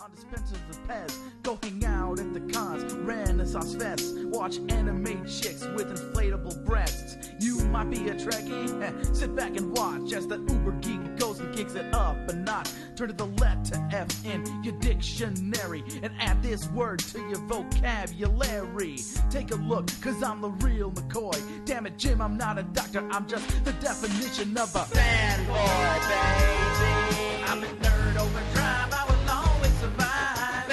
on dispensers of Pez. Go hang out at the cons, Renaissance Fest. Watch anime chicks with inflatable breasts. You might be a Trekkie, eh, sit back and watch as the uber geek goes and kicks it up a notch. Turn to the letter F in your dictionary and add this word to your vocabulary. Take a look, cause I'm the real McCoy. Damn it, Jim, I'm not a doctor, I'm just the definition of a fanboy, baby. I'm a nerd overdrive, I will always survive.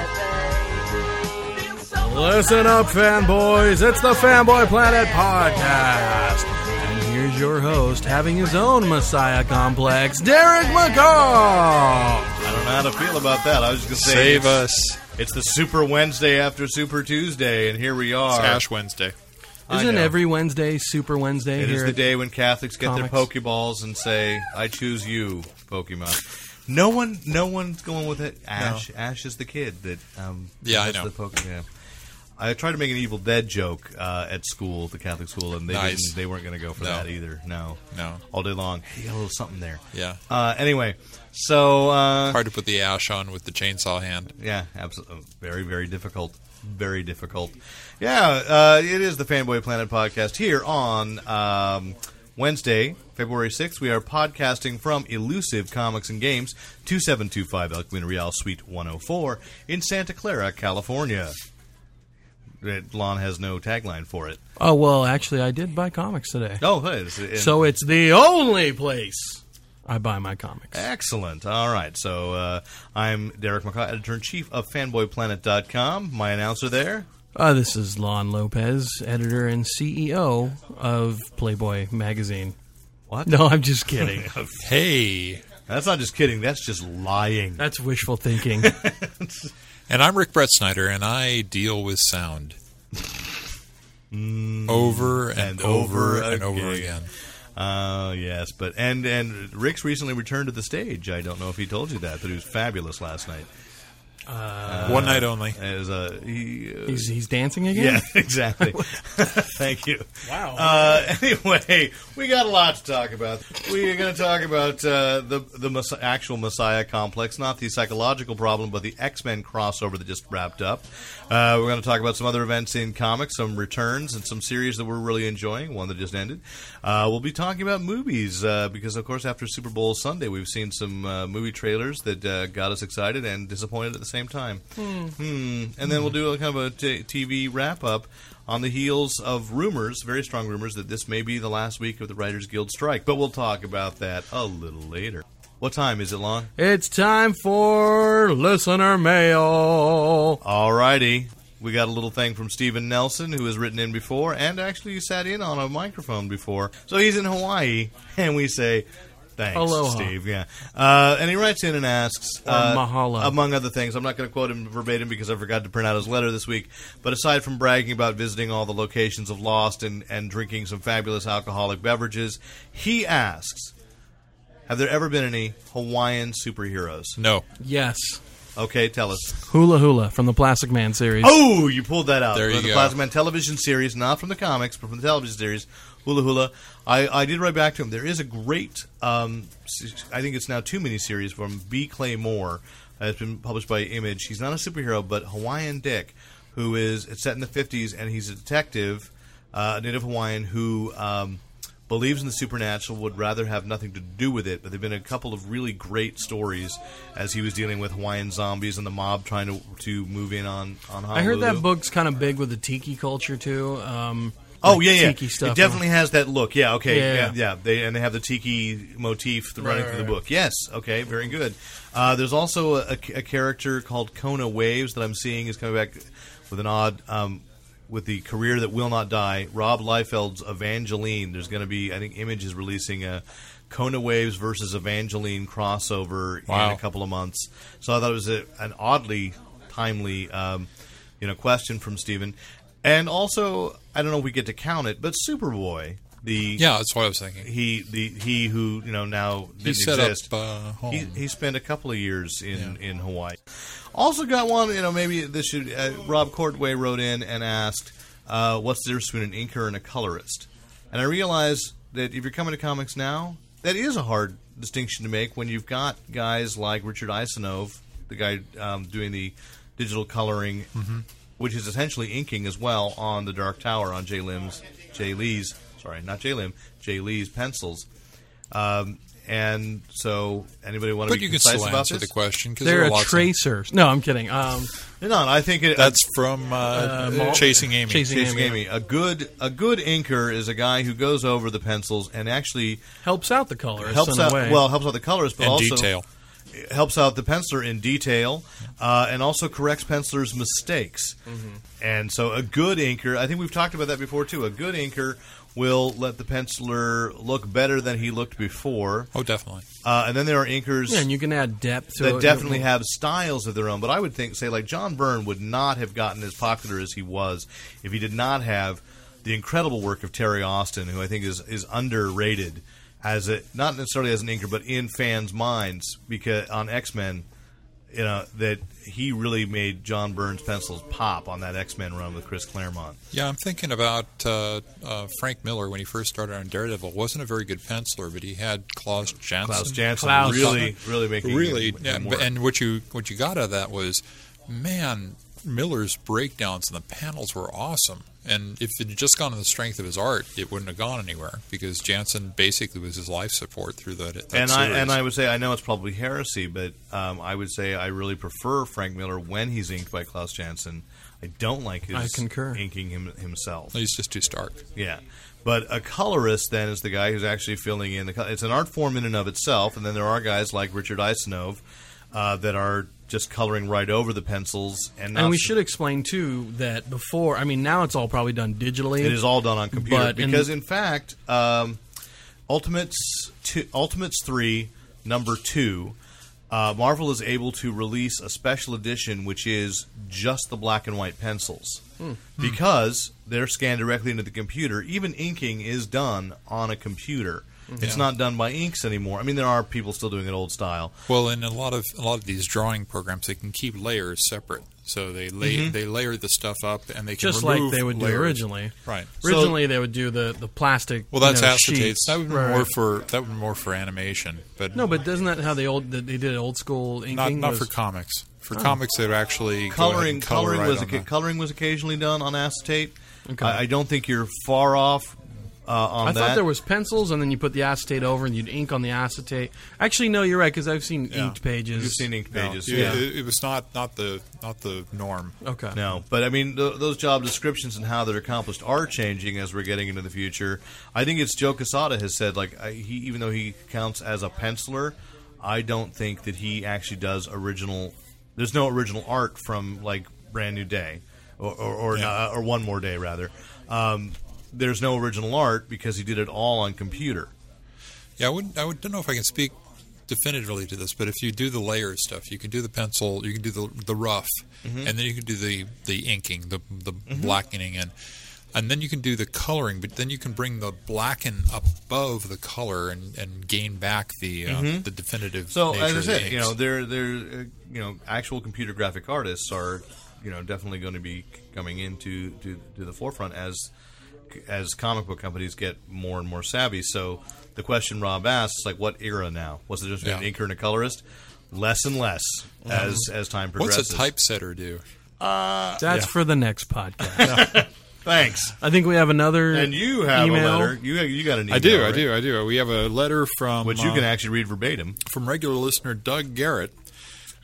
Fanboy, baby. Feel so Listen up, fanboys. It's the Fanboy Planet Podcast. And here's your host, having his own messiah complex, Derek McCall. I don't know how to feel about that. I was just gonna say Save it's- us. It's the Super Wednesday after Super Tuesday, and here we It's are. Ash Wednesday. I Isn't know. every Wednesday Super Wednesday It here? is the at- day when Catholics get their Comics. Pokeballs and say, "I choose you, Pokemon." No one, no one's going with it. Ash, Ash is the kid that. Um, Yeah, I gets know. The Poke- yeah. I tried to make an Evil Dead joke uh, at school, the Catholic school, and they Nice. didn't, they weren't going to go for No. that either. No, No. all day long. You got a little something there. Yeah. Uh, anyway, so uh, Hard to put the ash on with the chainsaw hand. Yeah, absolutely. Very, very difficult. Very difficult. Yeah, uh, it is the Fanboy Planet podcast here on um, Wednesday, February 6th. We are podcasting from Elusive Comics and Games, 2725 El Camino Real, Suite 104 in Santa Clara, California. It, Lon has no tagline for it. oh well, actually, I did buy comics today, Oh, it is. It- so it's the only place I buy my comics. Excellent. All right. So uh, I'm Derek McCaw, editor in chief of fanboyplanet.com. My announcer there. Uh, this is Lon Lopez, editor and CEO of Playboy magazine. What? No, I'm just kidding. Hey. That's not just kidding. That's just lying. That's wishful thinking. And I'm Rick Brett Snyder, and I deal with sound. over and, Mm, and over, over and over again. again. Oh yes, but and and Rick's recently returned to the stage. I don't know if he told you that, but he was fabulous last night. Uh, One night only. As a he, uh, he's, he's dancing again. yeah, exactly. Thank you. Wow. Uh, anyway, we got a lot to talk about. We are going to talk about uh, the the mes- actual Messiah complex, not the psychological problem, but the X Men crossover that just wrapped up. Uh, we're going to talk about some other events in comics, some returns, and some series that we're really enjoying. One that just ended. Uh, we'll be talking about movies uh, because, of course, after Super Bowl Sunday, we've seen some uh, movie trailers that uh, got us excited and disappointed at the same time. Hmm. And then we'll do a kind of a t- TV wrap up on the heels of rumors, very strong rumors, that this may be the last week of the Writers Guild strike. But we'll talk about that a little later. What time is it, Lon? It's time for listener mail. Alrighty. We got a little thing from Steven Nelson, who has written in before and actually sat in on a microphone before. So he's in Hawaii, and we say, thanks, Aloha. Steve. Yeah. Uh, and he writes in and asks, uh, mahalo. among other things. I'm not going to quote him verbatim because I forgot to print out his letter this week. But aside from bragging about visiting all the locations of Lost and, and drinking some fabulous alcoholic beverages, he asks, have there ever been any Hawaiian superheroes? No, Yes, Okay, tell us. Hula Hula from the Plastic Man series. Oh, you pulled that out. There from you the go. Plastic Man television series, not from the comics, but from the television series, Hula Hula. I, I did write back to him. There is a great, um, s- I think it's now two miniseries from B. Clay Moore. Uh, It's been published by Image. He's not a superhero, but Hawaiian Dick, who is it's set in the 50s, and he's a detective, uh, a Native Hawaiian, who. Um, believes in the supernatural, would rather have nothing to do with it. But there've been a couple of really great stories as he was dealing with Hawaiian zombies and the mob trying to to move in on on. Honolulu. I heard that book's kind of big with the tiki culture too. Um, Oh like yeah, yeah. tiki stuff. It definitely has that look. Yeah, okay, Yeah, yeah, yeah. yeah. They and they have the tiki motif th- Right, running right, through the right. book. Yes, okay, very good. Uh, there's also a, a character called Kona Waves that I'm seeing is coming back with an odd. Um, with the career that will not die, Rob Liefeld's Evangeline. There's going to be, I think, Image is releasing a Kona Waves versus Evangeline crossover in Wow. a couple of months. So I thought it was a, an oddly timely, um, you know, question from Steven. And also, I don't know if we get to count it, but Superboy, the yeah, that's what I was thinking. he the he who you know now didn't He set exist. up uh, home. he, he spent a couple of years in, in Hawaii. Also got one. You know, maybe this should. Uh, Rob Cordway wrote in and asked, uh, "What's the difference between an inker and a colorist?" And I realized that if you're coming to comics now, that is a hard distinction to make when you've got guys like Richard Isanov the guy um, doing the digital coloring, which is essentially inking as well on the Dark Tower on Jay Lim's Jay Lee's sorry not Jay Lim Jay Lee's pencils. Um, and so, anybody want to But be you can concise still about answer this? the question because They're there are a lots of- tracer. No, I'm kidding. Um, No, I think it, That's from uh, Mal- Chasing Amy. Chasing Chase Amy Gamey. A good a good inker is a guy who goes over the pencils and actually helps out the colorist helps in out a way. well helps out the colorist, but and also detail. helps out the penciler in detail, uh, and also corrects pencilers' mistakes. And so, a good inker, I think we've talked about that before too. A good inker will let the penciler look better than he looked before. Oh, definitely. Uh, and then there are inkers yeah, and you can add depth to it. that definitely have styles of their own. But I would think, say, like John Byrne would not have gotten as popular as he was if he did not have the incredible work of Terry Austin, who I think is is underrated as a not necessarily as an inker, but in fans' minds because on X Men, you know that he really made John Byrne's pencils pop on that X Men run with Chris Claremont. Yeah, I'm thinking about uh, uh, Frank Miller when he first started on Daredevil. wasn't a very good penciler, but he had Klaus Janson. Klaus Janson Klaus. really, really making really, him, yeah, him b- work. and what you what you got out of that was, man, Miller's breakdowns and the panels were awesome. And if it had just gone on the strength of his art, it wouldn't have gone anywhere because Jansen basically was his life support through that. that and I series. and I would say I know it's probably heresy, but um, I would say I really prefer Frank Miller when he's inked by Klaus Janson. I don't like his I concur. inking him, himself. he's just too stark. Yeah, but a colorist then is the guy who's actually filling in the. Color. It's an art form in and of itself, and then there are guys like Richard Isanov uh, that are just coloring right over the pencils and. Not And we should explain too that before. I mean, now it's all probably done digitally. It is all done on computer But in- because, in, fact, um, Ultimates two, Ultimates three number two, uh, Marvel is able to release a special edition which is just the black and white pencils Hmm. because they're scanned directly into the computer. Even inking is done on a computer. Hmm. It's not done by inks anymore. I mean, there are people still doing it old style. Well, in a lot of a lot of these drawing programs, they can keep layers separate, so they lay they layer the stuff up and they can Mm-hmm. just like remove they would do layers. originally. Right. So- Originally, they would do the the plastic. Well, that's you know, acetates. sheets. That would be Right. more for that would be more for animation, but No, but isn't that how they old that they did old school inking? not not was- Oh. for comics. For comics, they would actually go ahead coloring and color coloring right was on occa- the- coloring was occasionally done on acetate. I, I don't think you're far off uh, on I that. thought there was pencils, and then you put the acetate over, and you'd ink on the acetate. Actually, no, you're right because I've seen inked pages. You've seen inked No, pages. it- yeah. it, it was not not the not the norm. Okay. No, but I mean th- those job descriptions and how they're accomplished are changing as we're getting into the future. I think it's Joe Casada has said like I, he, even though he counts as a penciler, I don't think that he actually does original. There's no original art from like Brand New Day or or or, Yeah. uh, or One More Day rather. Um, there's no original art because he did it all on computer. Yeah, I wouldn't. I would, don't know if I can speak definitively to this, but if you do the layer stuff, you can do the pencil, you can do the the rough, and then you can do the the inking, the the blackening, and and then you can do the coloring. But then you can bring the blacken above the color and, and gain back the uh, the definitive. So as nature I of the said, you inks. know, they're they're uh, you know actual computer graphic artists are you know definitely going to be coming into to, to the forefront as as comic book companies get more and more savvy. So the question Rob asks, like, what era now? What's the difference between Yeah. Mm-hmm. an inker and a colorist? Less and less as as time progresses. what's a typesetter do? That's for the next podcast. Thanks. I think we have another. And you have email. a letter. You you got an email? I do, I right? do, I do. We have a letter from Which you uh, can actually read verbatim. from regular listener Doug Garrett.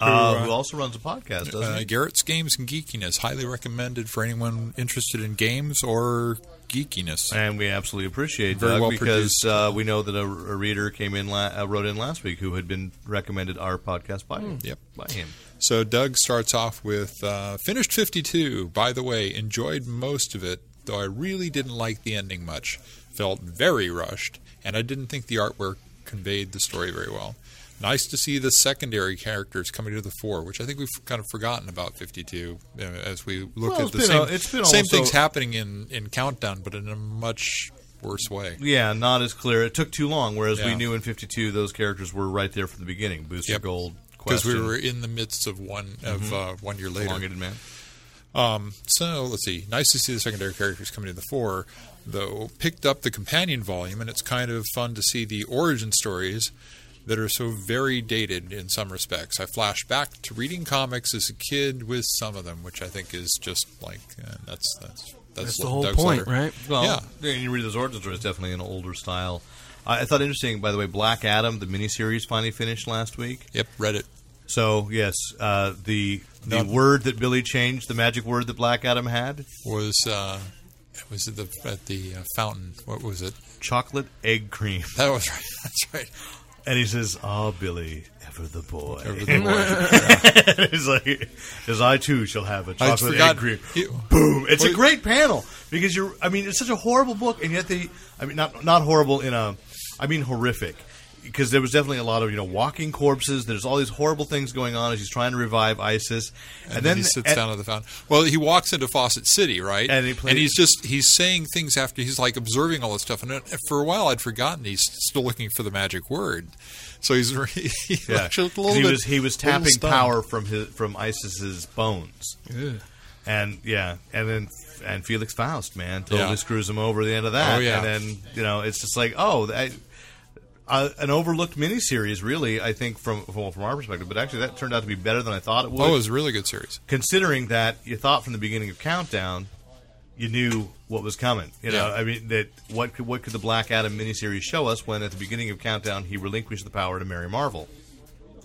Uh, who also runs a podcast, doesn't Uh, he? Garrett's Games and Geekiness, highly recommended for anyone interested in games or geekiness. And we absolutely appreciate Very Doug well because produced. uh, we know that a, a reader came in, la- uh, wrote in last week who had been recommended our podcast by him. Hmm. Yep. by him. So Doug starts off with uh, finished 52. By the way, enjoyed most of it, though I really didn't like the ending much. Felt very rushed, and I didn't think the artwork conveyed the story very well. Nice to see the secondary characters coming to the fore, which I think we've kind of forgotten about 52 uh, as we Well, look at it's the been same, a- it's been same almost things a- happening in, in Countdown, but in a much worse way. Yeah, not as clear. It took too long, whereas we Yeah. knew in 52 those characters were right there from the beginning. Booster Yep. Gold, Because Question, we were in the midst of one of Mm-hmm. uh, one year later. Elongated Man. So let's see. Nice to see the secondary characters coming to the fore, though. Picked up the companion volume, and it's kind of fun to see the origin stories that are so very dated in some respects. I flash back to reading comics as a kid with some of them, which I think is just like uh, that's that's that's, That's the whole Doug's point, letter. right? Well, Yeah. and you read those origin stories, definitely an older style. I, I thought interesting, by the way, Black Adam, the miniseries finally finished last week. Yep, read it. So, yes, uh, the the Not- word that Billy changed, the magic word that Black Adam had, Was uh, was it the at the uh, fountain? What was it? chocolate egg cream. That was right. That's right. And he says, "Ah, Billy, ever the boy." Over the boy. it's like, "As I too shall have a I chocolate egg forgot. cream." You- Boom! It's a Wait. great panel because you're. I mean, it's such a horrible book, and yet they. I mean, not not horrible in a. I mean, horrific. Because there was definitely a lot of you know walking corpses. There's all these horrible things going on as he's trying to revive ISIS, and, and, then, he sits and- down at the fountain. Well, he walks into Fawcett City, right? And he plays- he's just he's saying things after he's like observing all this stuff. And it- for a while, I'd forgotten he's still looking for the magic word. So he's he Yeah, looks a little 'Cause he bit- was he was little tapping stunned. power from his from ISIS's bones, and yeah, and then and Felix Faust, man, totally Yeah. screws him over the end of that. Oh, yeah. and then you know it's just like oh, that, uh, an overlooked miniseries, really. I think from well, from our perspective, but actually that turned out to be better than I thought it would. Oh, it was a really good series. considering that you thought from the beginning of Countdown. You knew what was coming. You know, Yeah. I mean, that what could what could the Black Adam miniseries show us when at the beginning of Countdown he relinquished the power to Mary Marvel?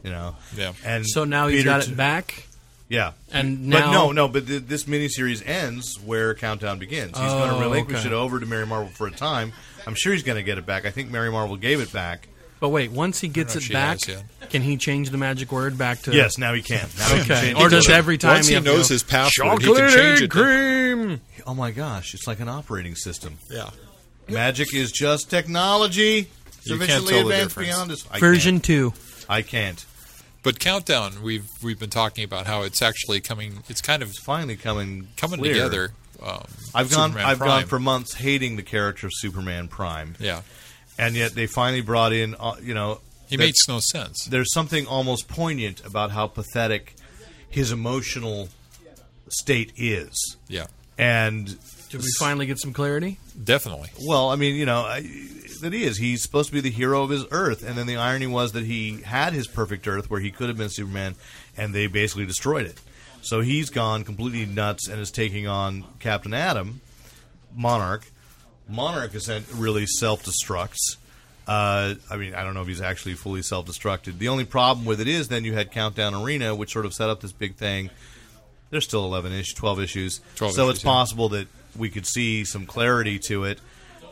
You know, Yeah. And So now he's Peter got t- it back. yeah, And but now- no, no. But th- this miniseries ends where Countdown begins. He's going Oh, to relinquish okay. it over to Mary Marvel for a time. I'm sure he's going to get it back. I think Mary Marvel gave it back. But wait, once he gets know if it she back, has yet. can he change the magic word back to Yes, now he can. Now he can Okay. change Or it. does every time Once you he have to knows go, his password, he can chocolate change egg it. to- cream? Oh my gosh! It's like an operating system. Yeah, Magic is just technology. You can't Sufficiently tell the advanced difference. beyond us. I Version Can't. two. I can't. but Countdown, we've we've been talking about how it's actually coming. It's kind of It's finally coming coming clear. together. Um, I've gone. Superman I've Prime. gone for months hating the character of Superman Prime, yeah. and yet they finally brought in. uh, You know, He that- makes no sense. there's something almost poignant about how pathetic his emotional state is. Yeah, And Did we finally get some clarity? definitely. well, I mean, you know, I, that he is. He's supposed to be the hero of his Earth, and then the irony was that he had his perfect Earth where he could have been Superman, and they basically destroyed it. So he's gone completely nuts and is taking on Captain Atom, Monarch. Monarch is then really self destructs. Uh, I mean, I don't know if he's actually fully self destructed. The only problem with it is then you had Countdown Arena, which sort of set up this big thing. There's still 11 ish, 12 issues. 12 so issues, it's yeah. possible that we could see some clarity to it.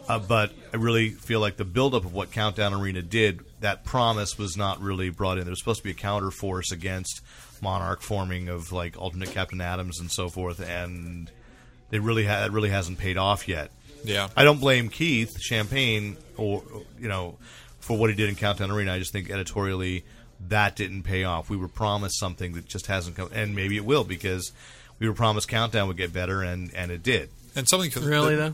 Uh, but I really feel like the buildup of what Countdown Arena did, that promise was not really brought in. There was supposed to be a counter force against Monarch forming of like alternate Captain Adams and so forth, and they really ha- that really hasn't paid off yet. Yeah, I don't blame Keith Champagne or you know for what he did in Countdown Arena. I just think editorially that didn't pay off. We were promised something that just hasn't come, and maybe it will because we were promised Countdown would get better, and and it did. and something Really though?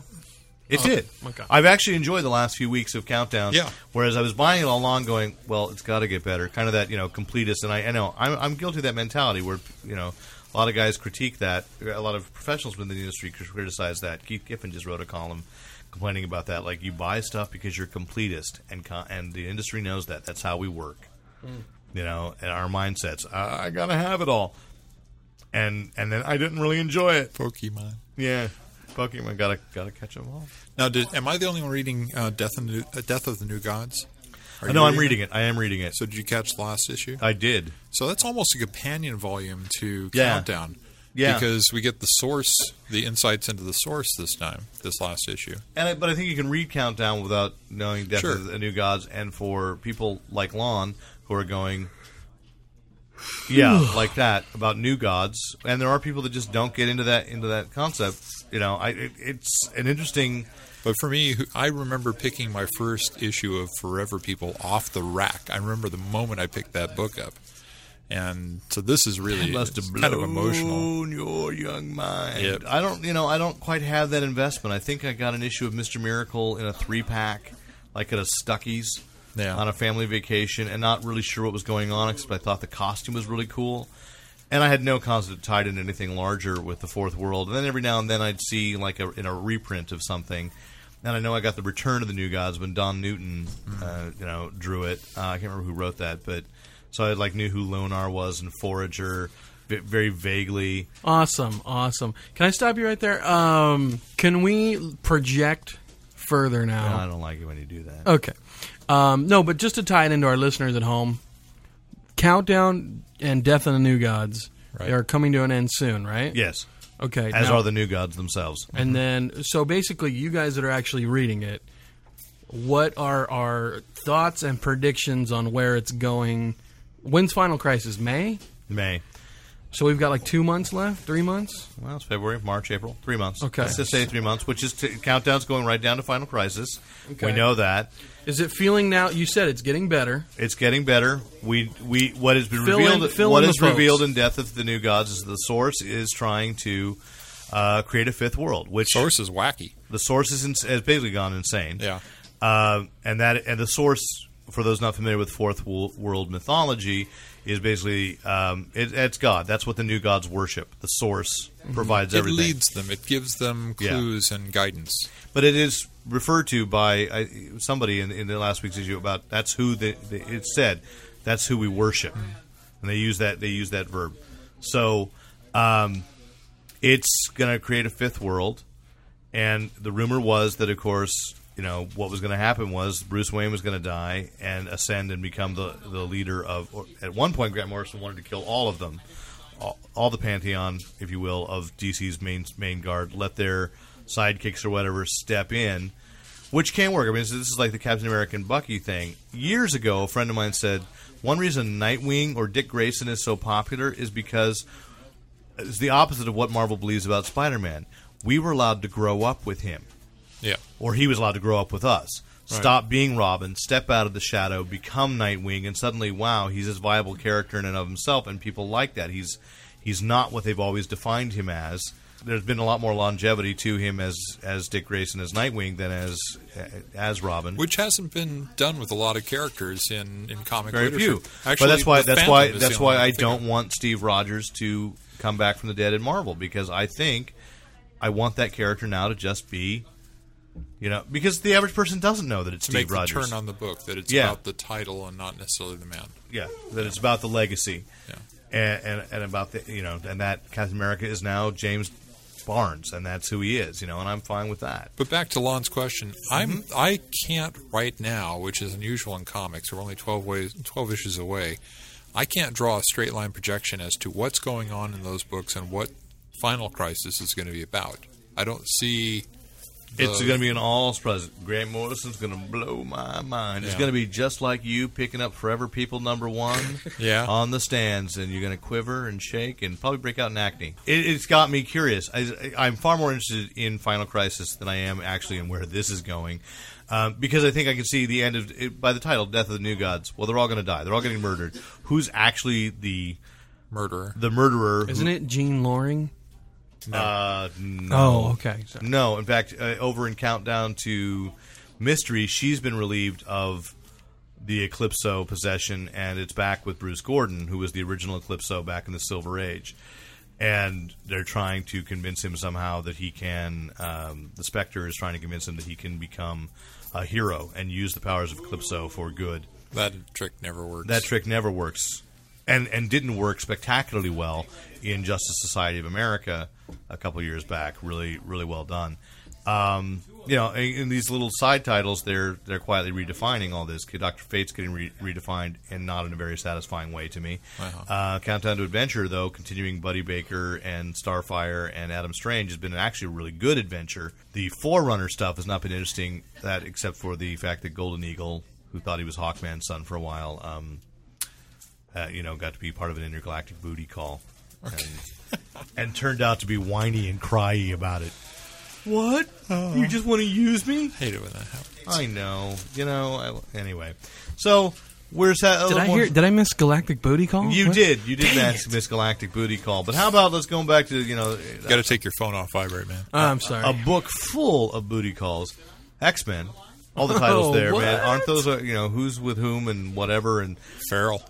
It did. my God. I've actually enjoyed the last few weeks of Countdown. Yeah. Whereas I was buying it all along, going, "Well, it's got to get better." Kind of that, you know, completist. And I, I know I'm, I'm guilty of that mentality where, you know, a lot of guys critique that. A lot of professionals within the industry criticize that. Keith Giffen just wrote a column complaining about that. Like, you buy stuff because you're completist, and co- and the industry knows that. That's how we work. You know, and our mindsets. I, I gotta have it all. And and then I didn't really enjoy it. Pokemon. Yeah. Pokemon gotta gotta catch 'em all. Now, did, am I the only one reading uh, Death and the New, uh, Death of the New Gods? Are no, you I'm reading it. I am reading it. So, did you catch the last issue? I did. So that's almost a companion volume to Yeah. Countdown. Yeah. Because we get the source, the insights into the source this time, this last issue. And I, but I think you can read Countdown without knowing Death Sure. of the New Gods, and for people like Lon who are going, yeah, like that about New Gods, and there are people that just don't get into that into that concept. You know, I it, it's an interesting. But for me, who- I remember picking my first issue of Forever People off the rack. I remember the moment I picked that book up. And so this is really Must it's have kind of emotional. blown your young mind. Yep. I don't, you know, I don't quite have that investment. I think I got an issue of Mister Miracle in a three pack, like at a Stuckey's Yeah. on a family vacation, and not really sure what was going on except I thought the costume was really cool. And I had no concept tied in anything larger with the fourth world. And then every now and then I'd see like a, in a reprint of something And I know I got the Return of the New Gods when Don Newton, Hmm. uh, you know, drew it. Uh, I can't remember who wrote that, but so I like knew who Lonar was and Forager, v- very vaguely. Awesome, awesome. Can I stop you right there? Um, can we project further And now? I don't like it when you do that. Okay. Um, no, but just to tie it into our listeners at home, Countdown and Death and the New Gods Right. they are coming to an end soon, right? Yes, Okay. as now- are the New Gods themselves. And then, so basically, you guys that are actually reading it, what are our thoughts and predictions on where it's going? When's Final Crisis? May? May. So we've got like two months left, three months. Well, it's February, March, April, three months. Okay. Let's just say three months, which is to, countdown's going right down to Final Crisis. Okay. We know that Is it feeling now? You said it's getting better. it's getting better. We we what has been Fill in- revealed fill what in is the folks. revealed in Death of the New Gods is the Source is trying to uh, create a fifth world, which Source is wacky. the Source is ins- has basically gone insane. Yeah. Uh, and that and the source for those not familiar with fourth wo- world mythology is basically um, it, it's God. That's what the new gods worship. The source Mm-hmm. provides It everything. leads them. It gives them Yeah. clues and guidance. But it is referred to by I, somebody in, in the last week's issue about that's who the, the it said that's who we worship, and they use that they use that verb. So um, it's going to create a fifth world, and the rumor was that of course you know what was going to happen was Bruce Wayne was going to die and ascend and become the the leader of. Or at one point, Grant Morrison wanted to kill all of them all, all the pantheon, if you will, of DC's main main guard let their sidekicks or whatever step in, which can work. I mean, this this is like the Captain America and Bucky thing. Years ago, a friend of mine said one reason Nightwing or Dick Grayson is so popular is because it's the opposite of what Marvel believes about Spider-Man. We were allowed to grow up with him Yeah. or he was allowed to grow up with us. Stop being Robin, step out of the shadow, become Nightwing, and suddenly, wow, he's this viable character in and of himself, and people like that. He's he's not what they've always defined him as. There's been a lot more longevity to him as as Dick Grayson as Nightwing than as as Robin. Which hasn't been done with a lot of characters in, in comic Very literature. few. Actually, but that's why the that's Phantom why is the that's only why one I think of. don't want Steve Rogers to come back from the dead in Marvel because I think I want that character now to just be, you know, because the average person doesn't know that it's to Steve make the Rogers. turn on the book that it's Yeah. about the title and not necessarily the man. yeah, that it's about the legacy, Yeah. and, and and about the you know, and that Captain America is now James Barnes, and that's who he is, you know, and I'm fine with that. But back to Lon's question, I'm Mm-hmm. I can't right now, which is unusual in comics. We're only twelve ways, twelve issues away. I can't draw a straight line projection as to what's going on in those books and what Final Crisis is going to be about. I don't see. the- It's going to be an all surprise. Grant Morrison's going to blow my mind. It's Yeah. going to be just like you picking up Forever People number one Yeah. on the stands, and you're going to quiver and shake and probably break out in acne. It, it's got me curious. I, I'm far more interested in Final Crisis than I am actually in where this is going. Um, because I think I can see the end of it, by the title, "Death of the New Gods." Well, they're all going to die. They're all getting murdered. Who's actually the murderer. the murderer? who- Isn't it Gene Loring? Uh, no. Oh, okay. Sorry. No, in fact, uh, over in Countdown to Mystery, she's been relieved of the Eclipso possession, and it's back with Bruce Gordon, who was the original Eclipso back in the Silver Age. And they're trying to convince him somehow that he can. Um, the Spectre is trying to convince him that he can become a hero and use the powers of Eclipso for good. That trick never works. That trick never works, and and didn't work spectacularly well in Justice Society of America a couple years back. Really, really well done. Um, you know, in, in these little side titles, they're they're quietly redefining all this. Doctor Fate's getting re- redefined, and not in a very satisfying way to me. Uh-huh. Uh, Countdown to Adventure, though, continuing Buddy Baker and Starfire and Adam Strange has been an actually really good adventure. The Forerunner stuff has not been interesting, that except for the fact that Golden Eagle, who thought he was Hawkman's son for a while, um, uh, you know, got to be part of an intergalactic booty call, and, and turned out to be whiny and cryy about it. What? You just want to use me? hate it when that happens. I know. You know. I, anyway, so where's that? Did I hear? Did I miss Galactic Booty Call? You What? did. You did Dang ask it. Miss Galactic booty call. But how about let's go back to you know Got to take your phone off vibrate, man. Oh, I'm sorry. a book full of booty calls, X Men. All the titles Oh, there, man. what? Aren't those uh, you know who's with whom and whatever? And Feral.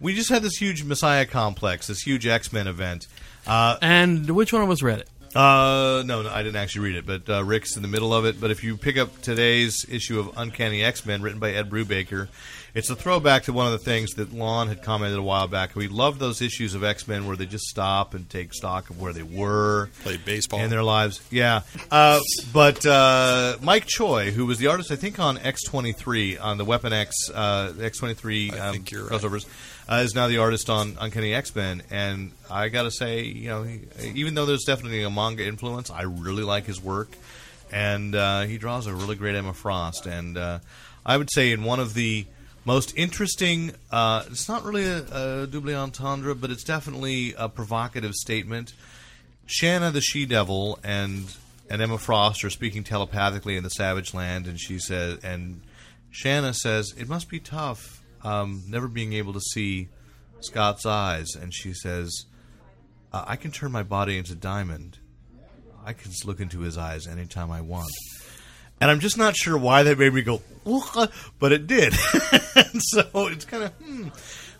we just had this huge Messiah complex, this huge X Men event. Uh, and which one of us read it? Uh, no, no, I didn't actually read it, but uh, Rick's in the middle of it. But if you pick up today's issue of Uncanny X Men, written by Ed Brubaker, it's a throwback to one of the things that Lon had commented a while back. We loved those issues of X Men where they just stop and take stock of where they were, Played baseball. in their lives. Yeah, uh, but uh, Mike Choi, who was the artist, I think on X twenty three on the Weapon X uh, X twenty three I think you're right. crossovers, uh, is now the artist on Uncanny X Men, and I gotta say, you know, he, even though there's definitely a manga influence, I really like his work, and uh, he draws a really great Emma Frost, and uh, I would say in one of the most interesting. Uh, it's not really a, a double entendre, but it's definitely a provocative statement. Shanna the She Devil and and Emma Frost are speaking telepathically in the Savage Land, and she says, and Shanna says, "It must be tough, um, never being able to see Scott's eyes." And she says, uh, "I can turn my body into diamond. I can just look into his eyes anytime I want." And I'm just not sure why that made me go, "Ooh," but it did. and so it's kind of, hmm.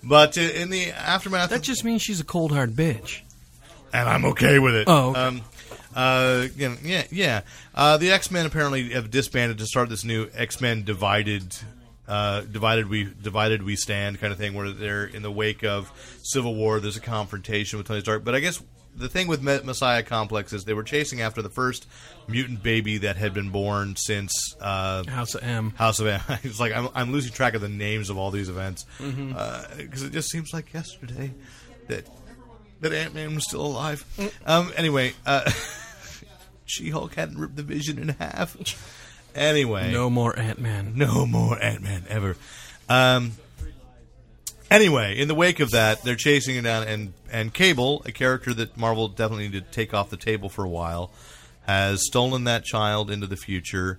but i- in the aftermath, That of- just means she's a cold hard bitch. and I'm okay with it. Oh, okay. Um, uh, you know, yeah, yeah. Uh, the X Men apparently have disbanded to start this new X Men divided, uh, divided we divided we stand kind of thing, where they're in the wake of Civil War. There's a confrontation with Tony Stark, but I guess the thing with Me- Messiah Complex is they were chasing after the first mutant baby that had been born since uh, House of M. House of M. It's like I'm, I'm losing track of the names of all these events because it just seems like yesterday that that Ant Man was still alive. Um, anyway, uh, She Hulk hadn't ripped the Vision in half. Anyway, No more Ant Man. no more Ant Man ever. Um, anyway, in the wake of that, they're chasing it down, and and Cable, a character that Marvel definitely needed to take off the table for a while, has stolen that child into the future.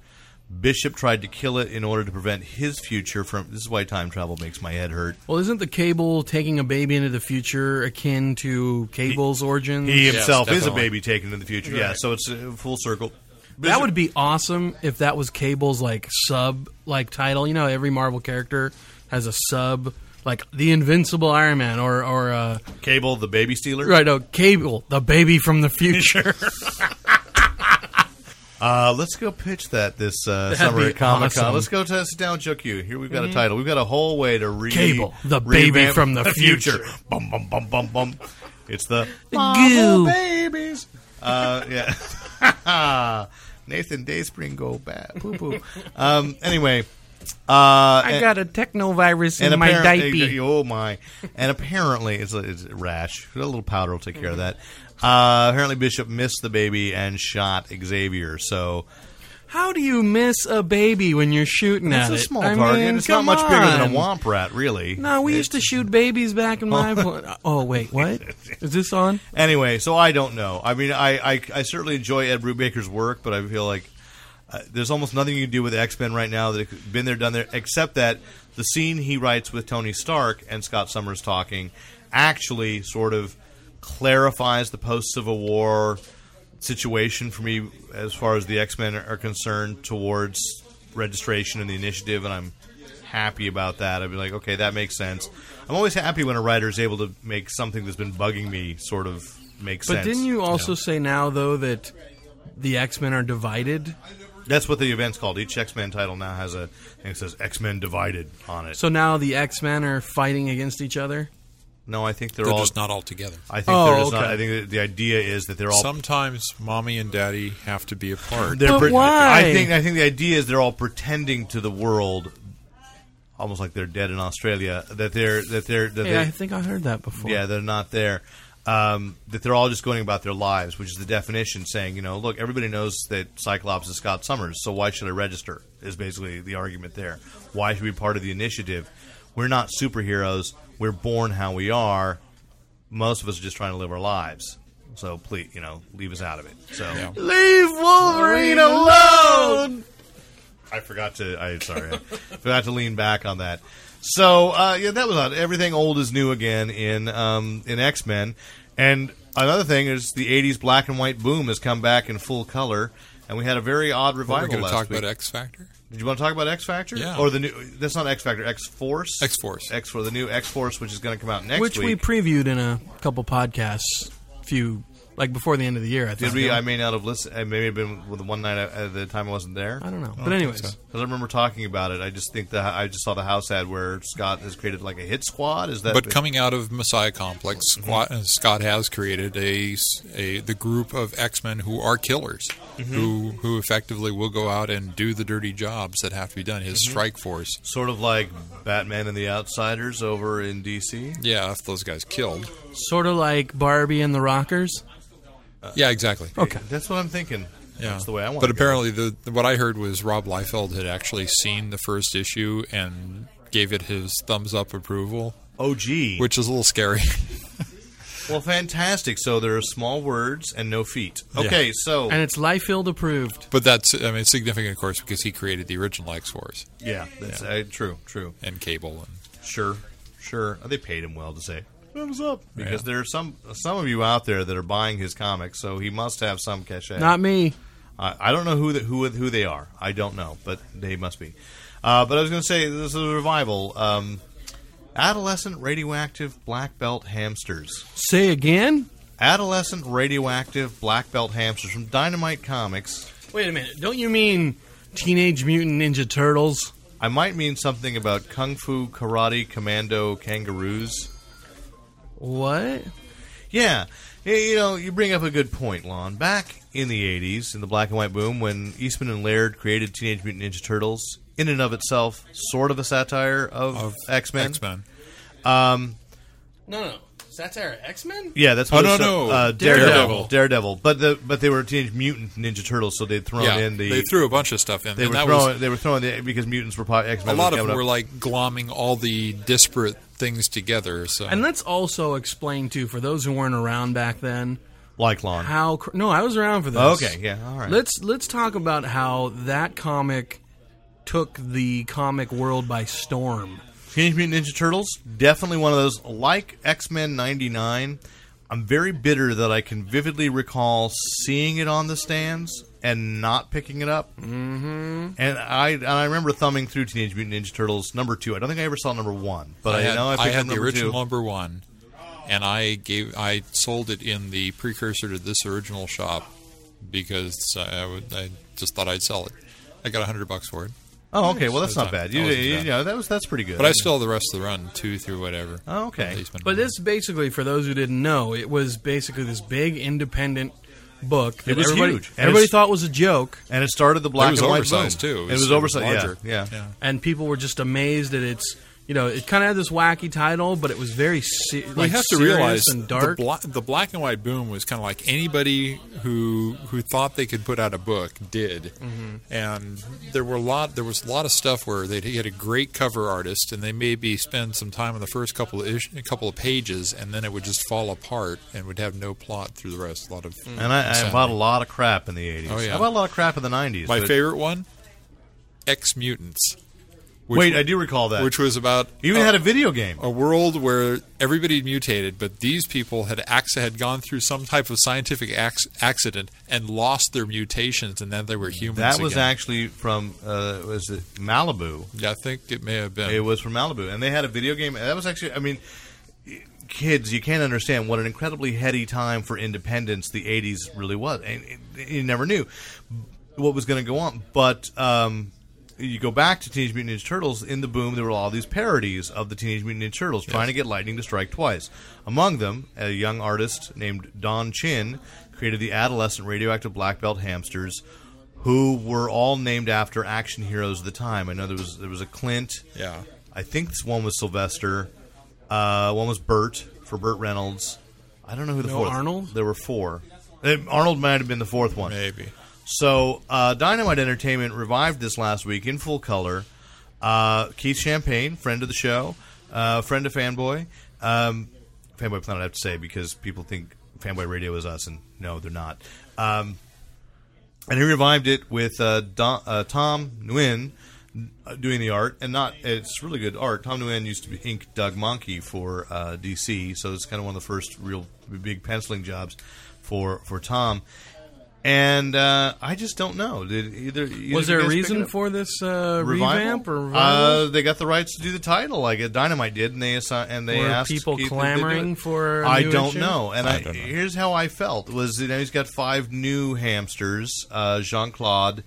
Bishop tried to kill it in order to prevent his future from. This is why time travel makes my head hurt. Well, isn't the cable taking a baby into the future akin to Cable's origins? He himself is a definitely. baby taken in the future. Yeah, so it's a full circle. that would be awesome if that was Cable's like sub like title. You know, every Marvel character has a sub like the Invincible Iron Man or or uh, Cable, the baby stealer. right, no, Cable, the baby from the future. Uh, let's go pitch that this uh, That'd summer be at Comic Con. awesome. Mm-hmm. Let's go to sit down with Joe Q. Here we've got a title. We've got a whole way to read Cable, the baby from the future. Bum bum bum bum bum. It's the Goo. babies. Uh, yeah. Nathan Dayspring go bat poo poo. Um, anyway, uh, I got a techno virus in my apparent- diaper. Oh my! And apparently, it's a, it's a rash. A little powder will take care of Mm-hmm. that. Uh, apparently, Bishop missed the baby and shot Xavier. So How do you miss a baby when you're shooting it's at a it? small I target. mean, it's not come much bigger than a on. womp rat, really. No, we used to shoot babies back in my. pl- oh wait, what is this on? Anyway, so I don't know. I mean, I, I, I certainly enjoy Ed Brubaker's work, but I feel like uh, there's almost nothing you can do with X Men right now that could- been there, done there, except that the scene he writes with Tony Stark and Scott Summers talking actually sort of clarifies the post Civil War situation for me as far as the X Men are concerned towards registration and the initiative, and I'm happy about that. I'd be like, okay, that makes sense. I'm always happy when a writer is able to make something that's been bugging me sort of make But sense. didn't you also say now though that the X Men are divided? That's what the event's called. Each X Men title now has a thing that says X Men Divided on it. So now the X Men are fighting against each other. no, I think they're, They're all. just not all together. I think Oh, they're just not. okay. I think that the idea is that they're all. Sometimes mommy and daddy have to be apart. they're But why? I think I think the idea is they're all pretending to the world, almost like they're dead in Australia. That they're that they're that Hey, they, I think I heard that before. Yeah, they're not there. Um, that they're all just going about their lives, which is the definition saying, you know, look, everybody knows that Cyclops is Scott Summers, so why should I register? Is basically the argument there. Why should we be part of the initiative? We're not superheroes. We're born how we are. Most of us are just trying to live our lives. So please, you know, leave us out of it. So Yeah. leave Wolverine alone. I forgot to. I sorry, I forgot to lean back on that. So uh, yeah, that was odd. Everything old is new again in um, in X Men, and another thing is the '80s black and white boom has come back in full color, and we had a very odd We're revival going to last talk week. about X Factor. Did you want to talk about X Factor? Yeah. Or the new? That's not X Factor. X Force. X-Force. X for the new X Force, which is going to come out next which week. we previewed in a couple podcasts, few like before the end of the year. I think. Did we? I may not have listened. I may have been with the one night I- at the time I wasn't there. I don't know. But anyways, Because I remember talking about it. I just think that I just saw the house ad where Scott has created like a hit squad. Is that But coming out of Messiah Complex, Scott, uh, Scott has created a, s- a- the group of X Men who are killers, who who effectively will go out and do the dirty jobs that have to be done. His strike force, sort of like Batman and the Outsiders over in DC? yeah, if those guys killed, sort of like Barbie and the Rockers. yeah, exactly. Okay. That's what I'm thinking. Yeah. That's the way I want. But to go. apparently, the, the- what I heard was Rob Liefeld had actually seen the first issue and gave it his thumbs up approval, Oh, gee. which is a little scary. well, fantastic. So there are small words and no feet. Okay, so And it's Liefeld approved. but that's I mean it's significant, of course, because he created the original X Force yeah, that's Uh, true, true. and Cable, and Sure, sure. They paid him well to say thumbs up because there are some some of you out there that are buying his comics, so he must have some cachet. Not me. I, I don't know who the, who who they are. I don't know, but they must be. Uh, but I was going to say this is a revival. Um, adolescent radioactive black belt hamsters. Say again. Adolescent radioactive black belt hamsters from Dynamite Comics. Wait a minute. Don't you mean Teenage Mutant Ninja Turtles? I might mean something about kung fu, karate, commando, kangaroos. What? Yeah. Y- You know, you bring up a good point, Lon. Back in the 80s, in the black and white boom, when Eastman and Laird created Teenage Mutant Ninja Turtles, in and of itself, sort of a satire of, of X Men. X Men. No, no. Satire X Men. Yeah, that's Oh, what no, it's- no. Uh, Daredevil. Daredevil. Daredevil. But the but they were Teenage Mutant Ninja Turtles, so they'd thrown Yeah, in the they threw a bunch of stuff in. they and were that throwing was, they were throwing the because mutants were X a Men. lot of them were like glomming all the disparate things together. So And let's also explain too for those who weren't around back then like Lon. how. Cr- no, I was around for this. Okay, yeah, all right. Let's let's talk about how that comic took the comic world by storm. Teenage Mutant Ninja Turtles, definitely one of those. Like X Men '99, I'm very bitter that I can vividly recall seeing it on the stands and not picking it up. Mm-hmm. And I and I remember thumbing through Teenage Mutant Ninja Turtles number two. I don't think I ever saw number one, but I, I had, know I picked I had up the number original two. number one, and I gave I sold it in the precursor to this original shop because uh, I, would, I just thought I'd sell it. I got hundred bucks for it, Oh, okay. Well, that's So not bad. it's not- You, that wasn't you bad. know, that was that's pretty good. but I still have the rest of the run two through whatever. Oh, okay. These men- But this basically, for those who didn't know, it was basically this big independent book that It was everybody, huge. And everybody it's- thought was a joke, and it started the it black was and white oversized boom. too. It was, oversized. larger. Yeah, yeah. and people were just amazed at its. You know, it kind of had this wacky title, but it was very se- Well, like you have to serious realize and dark. The, bla- the black and white boom was kind of like anybody who who thought they could put out a book did, Mm-hmm. and there were a lot there was a lot of stuff where they had a great cover artist and they maybe spend some time on the first couple of ish, a couple of pages and then it would just fall apart and would have no plot through the rest. A lot of And I, I insanity. bought a lot of crap in the '80s. Oh, yeah. I bought a lot of crap in the '90s. my but- favorite one, X Mutants. which Wait, wa- I do recall that. Which was about You even uh, had a video game. a world where everybody mutated, but these people had ac- had gone through some type of scientific ac- accident and lost their mutations, and then they were humans. That was again. actually from uh, was it Malibu? Yeah, I think it may have been. It was from Malibu, and they had a video game. and That was actually, I mean, kids, you can't understand what an incredibly heady time for independence the '80s really was, and it, you never knew what was going to go on. But um, you go back to Teenage Mutant Ninja Turtles. In the boom, there were all these parodies of the Teenage Mutant Ninja Turtles trying to get lightning to strike twice. Among them, a young artist named Don Chin created the adolescent radioactive black belt hamsters. Who were all named after action heroes of the time? I know there was there was a Clint, yeah, I think this one was Sylvester. Uh, one was Bert for Burt Reynolds. I don't know who the No fourth. Arnold? There were four. Eh, Arnold might have been the fourth one. maybe. So uh, Dynamite Entertainment revived this last week in full color. Uh, Keith Champagne, friend of the show, uh, friend of Fanboy, um, Fanboy Planet. I have to say because people think Fanboy Radio is us, and no, they're not. Um, and he revived it with uh, Don, uh, Tom Nguyen uh, doing the art, and not it's really good art. Tom Nguyen used to be ink Doug Monkey for uh, DC, so it's kind of one of the first real big penciling jobs for for Tom. and uh, I just don't know. Did either, either Was you there a guys pick it reason up? for this uh, Revival? revamp or revival? uh, they got the rights to do the title like uh, Dynamite did, and they assi- and they Were asked people Keith if they do clamoring it. for a I new don't issue? know, and I I, don't know. here's how I felt was you know he's got five new hamsters: uh, Jean Claude,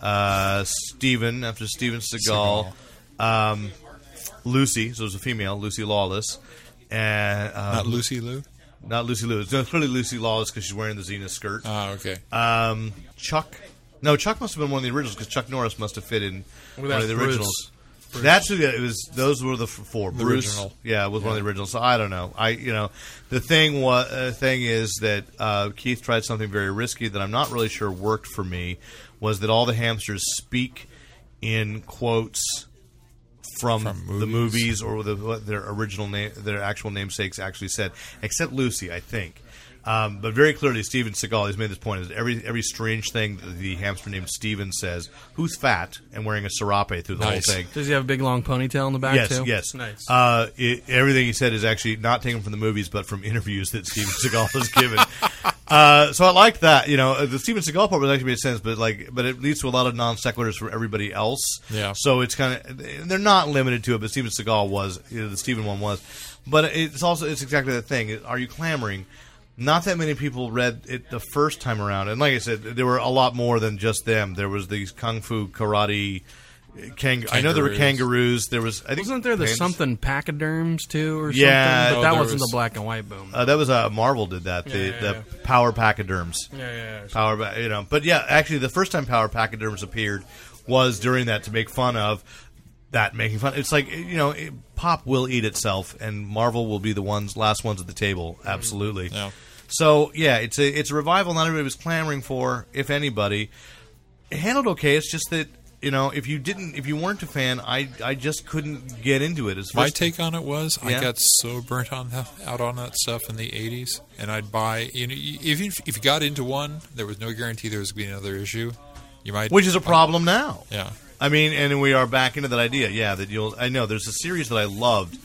uh, Steven after Steven Seagal, um, Lucy. So it was a female, Lucy Lawless, and uh, Not Lucy Lou? not Lucy Lewis. No, clearly Lucy Lawless because she's wearing the Xena skirt. Ah, okay. Um, Chuck. No, Chuck must have been one of the originals because Chuck Norris must have fit in Well, one that's of the Bruce. originals. That's who it was. Those were the f- four. The Bruce, original. yeah, was one of the originals. So I don't know. I you know, the thing was uh, thing is that uh, Keith tried something very risky that I'm not really sure worked for me. Was that all the hamsters speak in quotes from, From the movies. movies or the, what their original name, their actual namesakes actually said, except Lucy, I think. Um, but very clearly, Steven Seagal has made this point: is every every strange thing that the hamster named Steven says, who's fat and wearing a serape through the Nice. whole thing. Does he have a big long ponytail in the back Yes, too? yes. Nice. Uh, it, everything he said is actually not taken from the movies, but from interviews that Steven Seagal has given. Uh, so I like that. You know, uh, the Steven Seagal part would actually made sense, but like, but it leads to a lot of non sequiturs for everybody else. Yeah. So it's kind of they're not limited to it, but Steven Seagal was you know, the Steven one was, but it's also it's exactly that thing. Are you clamoring? Not that many people read it the first time around, and like I said, there were a lot more than just them. There was these kung fu karate. uh, Kang- I know there were Kangaroos. kangaroos. There was I think Wasn't there the pants- something pachyderms too or Yeah. something? But Oh, that there wasn't was- the black and white boom. Uh, that was uh, Marvel did that. The Yeah, yeah, the yeah. power pachyderms. yeah, yeah. yeah. Power, pa- you know. But yeah, actually, the first time power pachyderms appeared was during that to make fun of that making fun. It's like you know, it, pop will eat itself, and Marvel will be the ones last ones at the table. Mm. Absolutely. Yeah. So yeah, it's a it's a revival. Not everybody was clamoring for, if anybody. It handled okay. It's just that. You know, if you didn't, if you weren't a fan, I I just couldn't get into it. As My take on it was I Yeah. got so burnt on that, out on that stuff in the '80s, and I'd buy. You know, you- even if, if you got into one, there was no guarantee there was going to be another issue. You might, which is a problem now. yeah, I mean, and we are back into that idea. Yeah, that you'll. I know there's a series that I loved,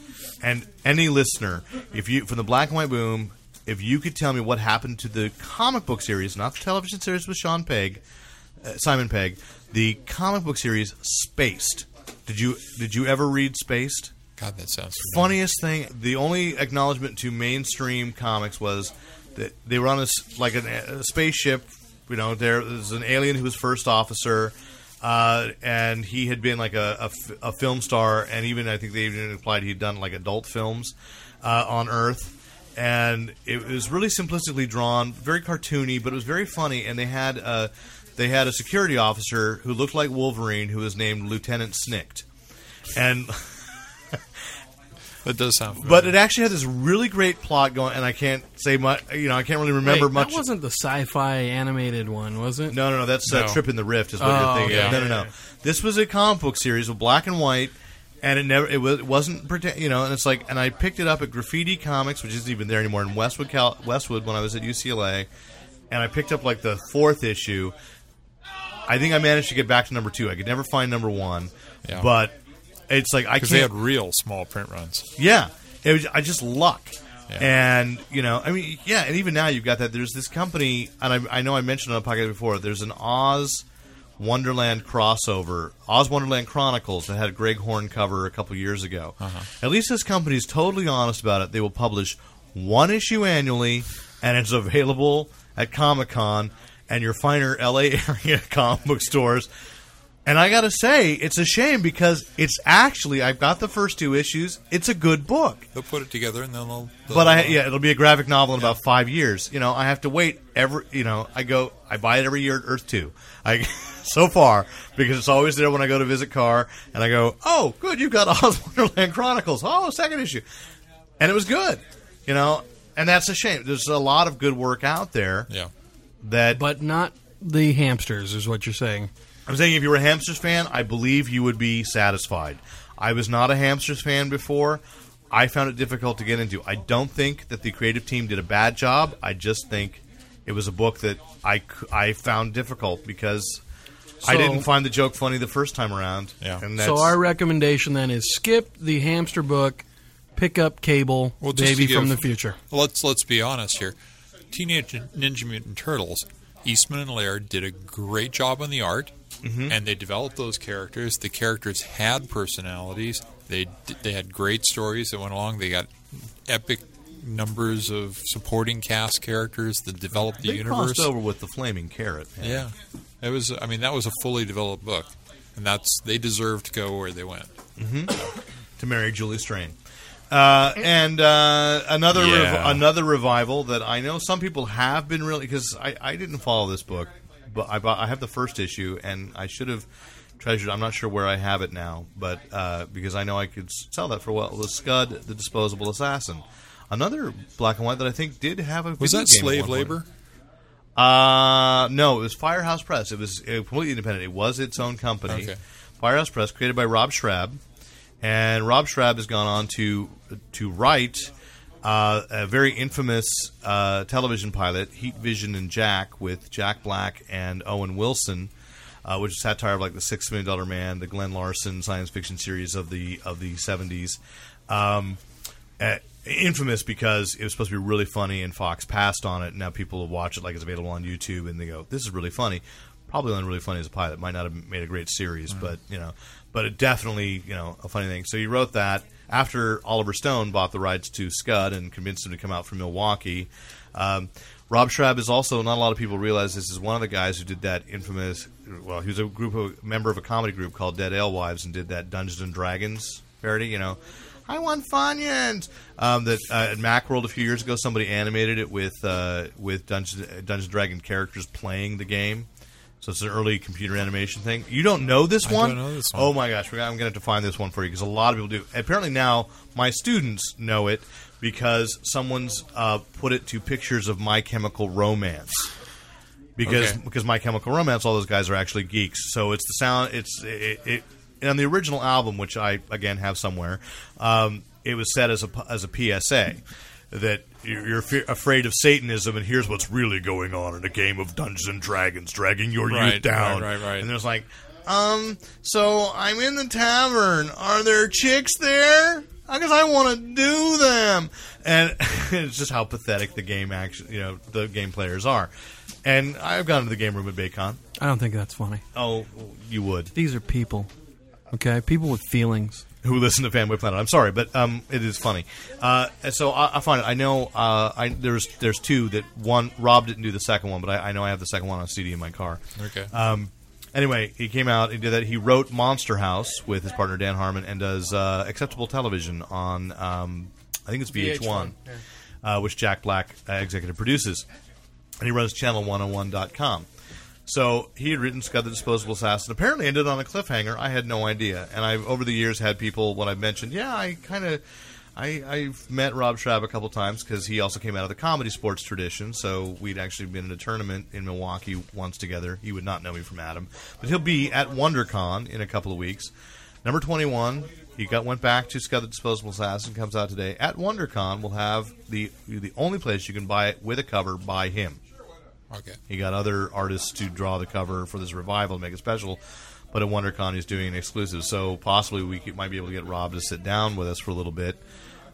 and any listener, if you from the Black and White Boom, if you could tell me what happened to the comic book series, not the television series with Sean Pegg, uh, Simon Pegg, the comic book series Spaced. Did you did you ever read Spaced? God, that sounds familiar. funniest thing the only acknowledgement to mainstream comics was that they were on this like an, a spaceship you know there was an alien who was first officer uh, and he had been like a, a f- a film star and even i think they even implied he'd done like adult films uh, on earth and it was really simplistically drawn very cartoony but it was very funny and they had uh, they had a security officer who looked like wolverine who was named lieutenant snicked and That does sound. Familiar. but it actually had this really great plot going, and I can't say much. You know, I can't really remember Wait, much. That wasn't the sci-fi animated one, was it? no, no, no. That's uh, No. Trip in the Rift is what Oh, you're thinking. okay. of. No, no, no. This was a comic book series with black and white, and it never it, was, it wasn't pretend. You know, and it's like, and I picked it up at Graffiti Comics, which isn't even there anymore in Westwood, Cal- Westwood, when I was at UCLA, and I picked up like the fourth issue. I think I managed to get back to number two. I could never find number one, Yeah. but it's like I because they can't had real small print runs. Yeah, it was, I just luck. Yeah. And you know, I mean, yeah, and even now you've got that. There's this company, and I, I know I mentioned on a podcast before. There's an Oz Wonderland crossover, Oz Wonderland Chronicles, that had a Greg Horn cover a couple years ago. At least this company's totally honest about it. They will publish one issue annually, and it's available at Comic Con and your finer LA area comic book stores. And I gotta say, it's a shame because it's actually I've got the first two issues. It's a good book, They'll put it together and then they'll. they'll but I yeah, it'll be a graphic novel in about five years. You know, I have to wait every. You know, I go I buy it every year at Earth Two. I so far because it's always there when I go to visit Carr, and I go, oh, good, you've got Oz Wonderland Chronicles. Oh, second issue, and it was good. You know, and that's a shame. There's a lot of good work out there Yeah. that But not the hamsters, is what you're saying. I'm saying if you were a hamsters fan, I believe you would be satisfied. I was not a hamsters fan before. I found it difficult to get into. I don't think that the creative team did a bad job. I just think it was a book that I, c- I found difficult because I So- didn't find the joke funny the first time around. Yeah. And that's, So our recommendation then is skip the hamster book, pick up Cable, Well, just Baby to from the give- Future. Let's let's be honest here. Teenage Ninja Mutant Turtles Eastman and Laird did a great job on the art, Mm-hmm. and they developed those characters. The characters had personalities. They d- they had great stories that went along. They got epic numbers of supporting cast characters that developed the they universe. crossed over with the flaming carrot. man. Yeah, it was. I mean, that was a fully developed book, and that's they deserve to go where they went. to marry Julie Strain. Uh, and uh, another Yeah. rev- another revival that I know some people have been really because I, I didn't follow this book, but I bought, I have the first issue and I should have treasured. I'm not sure where I have it now, but uh, because I know I could s- sell that for a while. It was Scud, the Disposable Assassin, another black and white that I think did have a Was video that game at slave one point. labor? Uh, no, it was Firehouse Press. It was uh, completely independent. It was its own company. Okay. Firehouse Press, created by Rob Schrab, and Rob Schrab has gone on to to write uh, a very infamous uh, television pilot, Heat Vision and Jack, with Jack Black and Owen Wilson. Uh, which is satire of like the Six Million Dollar Man, the Glenn Larson science fiction series of the of the seventies. Um, uh, infamous because it was supposed to be really funny and Fox passed on it. And now people will watch it like it's available on YouTube and they go, "This is really funny." Probably only really funny as a pilot. Might not have made a great series, but you know, but it definitely you know a funny thing. So he wrote that after Oliver Stone bought the rights to Scud and convinced him to come out from Milwaukee. Um, Rob Schrab is also not a lot of people realize this is one of the guys who did that infamous. Well, he was a group of, member of a comedy group called Dead Alewives and did that Dungeons and Dragons parody. You know, I want Funyuns. Um, that uh, at MacWorld a few years ago, somebody animated it with uh, with Dungeons Dungeons and Dragon characters playing the game. So it's an early computer animation thing. You don't know this I one? don't know this one. Oh my gosh, we're gonna- I'm going to have to find this one for you because a lot of people do. Apparently now my students know it because someone's uh, put it to pictures of My Chemical Romance. Because Okay. because My Chemical Romance, all those guys are actually geeks. So it's the sound. It's it, it and on the original album, which I again have somewhere. Um, it was set as a p- as a PSA that you're you're fe- afraid of Satanism, and here's what's really going on in a game of Dungeons and Dragons, dragging your Right, youth down. right, right, right. And there's like, um, so I'm in the tavern. Are there chicks there? I guess I want to do them. And it's just how pathetic the game action, you know, the game players are. And I've gone to the game room at Baycon. I don't think that's funny. Oh, you would. These are people, okay? People with feelings. who listen to Fanboy Planet. I'm sorry, but um, it is funny. Uh, and so I, I find it. I know uh, I, there's there's two that one Rob didn't do the second one, but I, I know I have the second one on CD in my car. Okay. Um, anyway, he came out. He did that. He wrote Monster House with his partner Dan Harmon, and does uh, Acceptable Television on um, I think it's VH1, VH1, uh, which Jack Black uh, executive produces and he runs channel101.com. So he had written Scud the Disposable Assassin. Apparently ended on a cliffhanger. I had no idea. And I've over the years had people when I've mentioned, yeah, I kind of, I, I've met Rob Schraub a couple times because he also came out of the comedy sports tradition. So we'd actually been in a tournament in Milwaukee once together. He would not know me from Adam, but he'll be at WonderCon in a couple of weeks. Number 21, he got went back to Scud the Disposable Assassin, comes out today. At WonderCon, we'll have the the only place you can buy it with a cover by him. Okay. He got other artists to draw the cover for this revival to make it special. But at WonderCon, he's doing an exclusive, so possibly we could, might be able to get Rob to sit down with us for a little bit.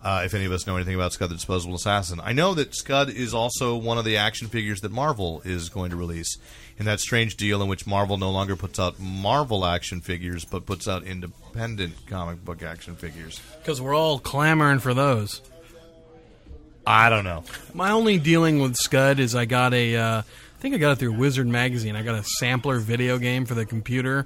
Uh, if any of us know anything about Scud the Disposable Assassin, I know that Scud is also one of the action figures that Marvel is going to release in that strange deal in which Marvel no longer puts out Marvel action figures but puts out independent comic book action figures. Because we're all clamoring for those. I don't know. My only dealing with Scud is I got a, uh, I think I got it through Wizard Magazine. I got a sampler video game for the computer.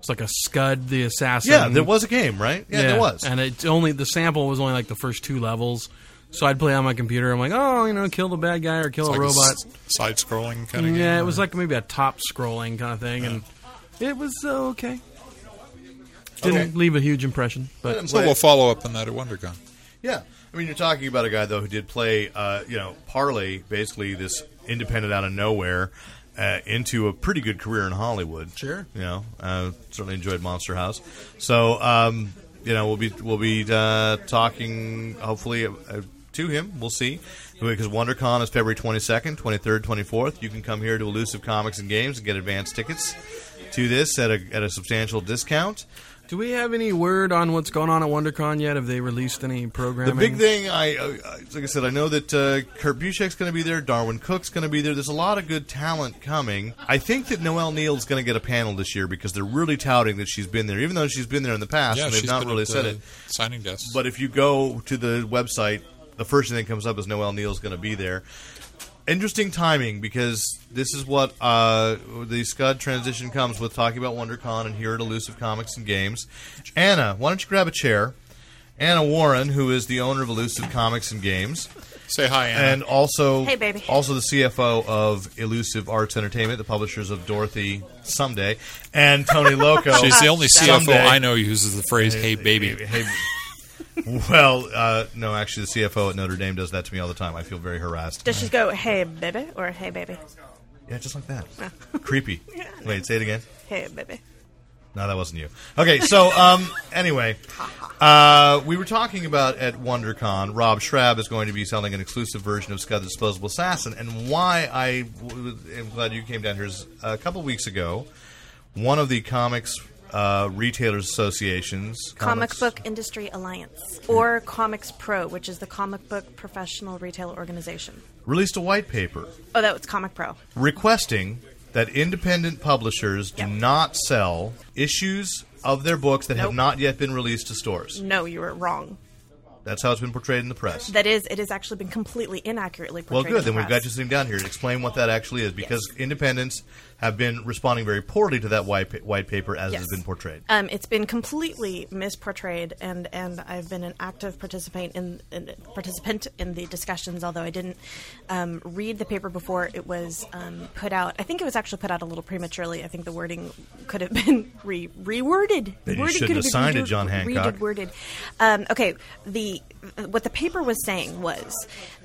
It's like a Scud the Assassin. Yeah, there was a game, right? Yeah, there was. And it's only the sample was only like the first two levels. So I'd play on my computer. I'm like, oh, you know, kill the bad guy or kill a robot. side scrolling kind of yeah, game. it was like maybe a top scrolling kind of thing, and it was uh, okay. Didn't Okay. leave a huge impression, Um, but So we'll follow up on that at WonderCon. Yeah, I mean, you're talking about a guy though who did play, uh, you know, parlay basically this independent out of nowhere uh, into a pretty good career in Hollywood. Sure. you know, uh, certainly enjoyed Monster House. So, um, you know, we'll be we'll be uh, talking hopefully uh, uh, to him. We'll see because WonderCon is February 22nd, 23rd, 24th. You can come here to Elusive Comics and Games and get advance tickets to this at a, at a substantial discount. Do we have any word on what's going on at WonderCon yet? Have they released any programming? The big thing, I uh, like I said, I know that uh, Kurt Busiek's going to be there. Darwin Cook's going to be there. There's a lot of good talent coming. I think that Noelle Neal's going to get a panel this year because they're really touting that she's been there, even though she's been there in the past yeah, and she's they've not been really at said the it. Signing desk. But if you go to the website, the first thing that comes up is Noel Neal's going to be there. Interesting timing because this is what uh, the Scud transition comes with talking about WonderCon and here at Elusive Comics and Games. Anna, why don't you grab a chair? Anna Warren, who is the owner of Elusive Comics and Games, Say hi, Anna. and also Hey, baby. also the CFO of Elusive Arts Entertainment, the publishers of Dorothy Someday, and Tony Loco. She's the only CFO oh, Someday. I know who uses the phrase "Hey, baby." Hey, well, uh, no, actually, the CFO at Notre Dame does that to me all the time. I feel very harassed. Does she go, hey, baby? Or hey, baby? Yeah, just like that. Creepy. Wait, say it again. Hey, baby. No, that wasn't you. Okay, so um, anyway, uh, we were talking about at WonderCon, Rob Schrab is going to be selling an exclusive version of Scud the Disposable Assassin, and why I w- am glad you came down here is a couple weeks ago, one of the comics uh, retailers associations, Comic comics- Book Industry Alliance, or Comics Pro, which is the comic book professional retail organization. released a white paper Oh, that was Comic Pro. requesting that independent publishers do Yep. not sell issues of their books that have Nope. not yet been released to stores. No, you were wrong. That's how it's been portrayed in the press. That is, it has actually been completely inaccurately well, portrayed. good. in the Then we've press. got you sitting down here to explain what that actually is, because independents have been responding very poorly to that white, pa- white paper as it has Yes. been portrayed. Um, it's been completely misportrayed, and, and I've been an active participant in, in participant in the discussions. Although I didn't um, read the paper before it was um, put out, I think it was actually put out a little prematurely. I think the wording could have been re- reworded. Then you Worded shouldn't could have been signed it, rewo- John readed, Hancock. worded. Um, okay, the what the paper was saying was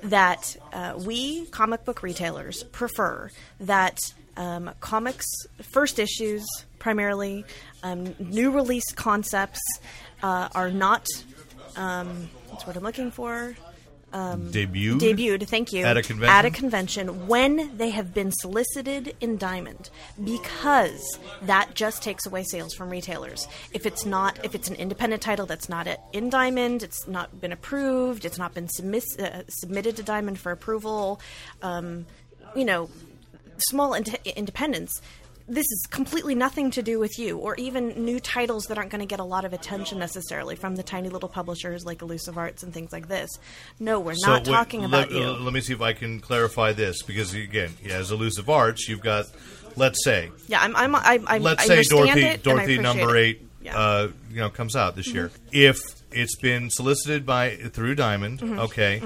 that uh, we comic book retailers prefer that um, comics first issues primarily um, new release concepts uh, are not um, that's what I'm looking for Debut. debuted. Thank you. At a convention? At a convention when they have been solicited in Diamond, because that just takes away sales from retailers. If it's not, if it's an independent title that's not at, in Diamond, it's not been approved. It's not been submis- uh, submitted to Diamond for approval. Um, you know, small ind- independents. This is completely nothing to do with you, or even new titles that aren't going to get a lot of attention necessarily from the tiny little publishers like Elusive Arts and things like this. No, we're not wait, talking let, about you. uh, Let me see if I can clarify this, because again, as elusive arts, you've got, let's say, yeah, I'm. I'm. I'm, I'm let's I say understand Dorothy it, and I Dorothy appreciate number it. eight Yeah. uh, Mm-hmm. you know comes out this year. If it's been solicited by through Diamond, Mm-hmm. okay,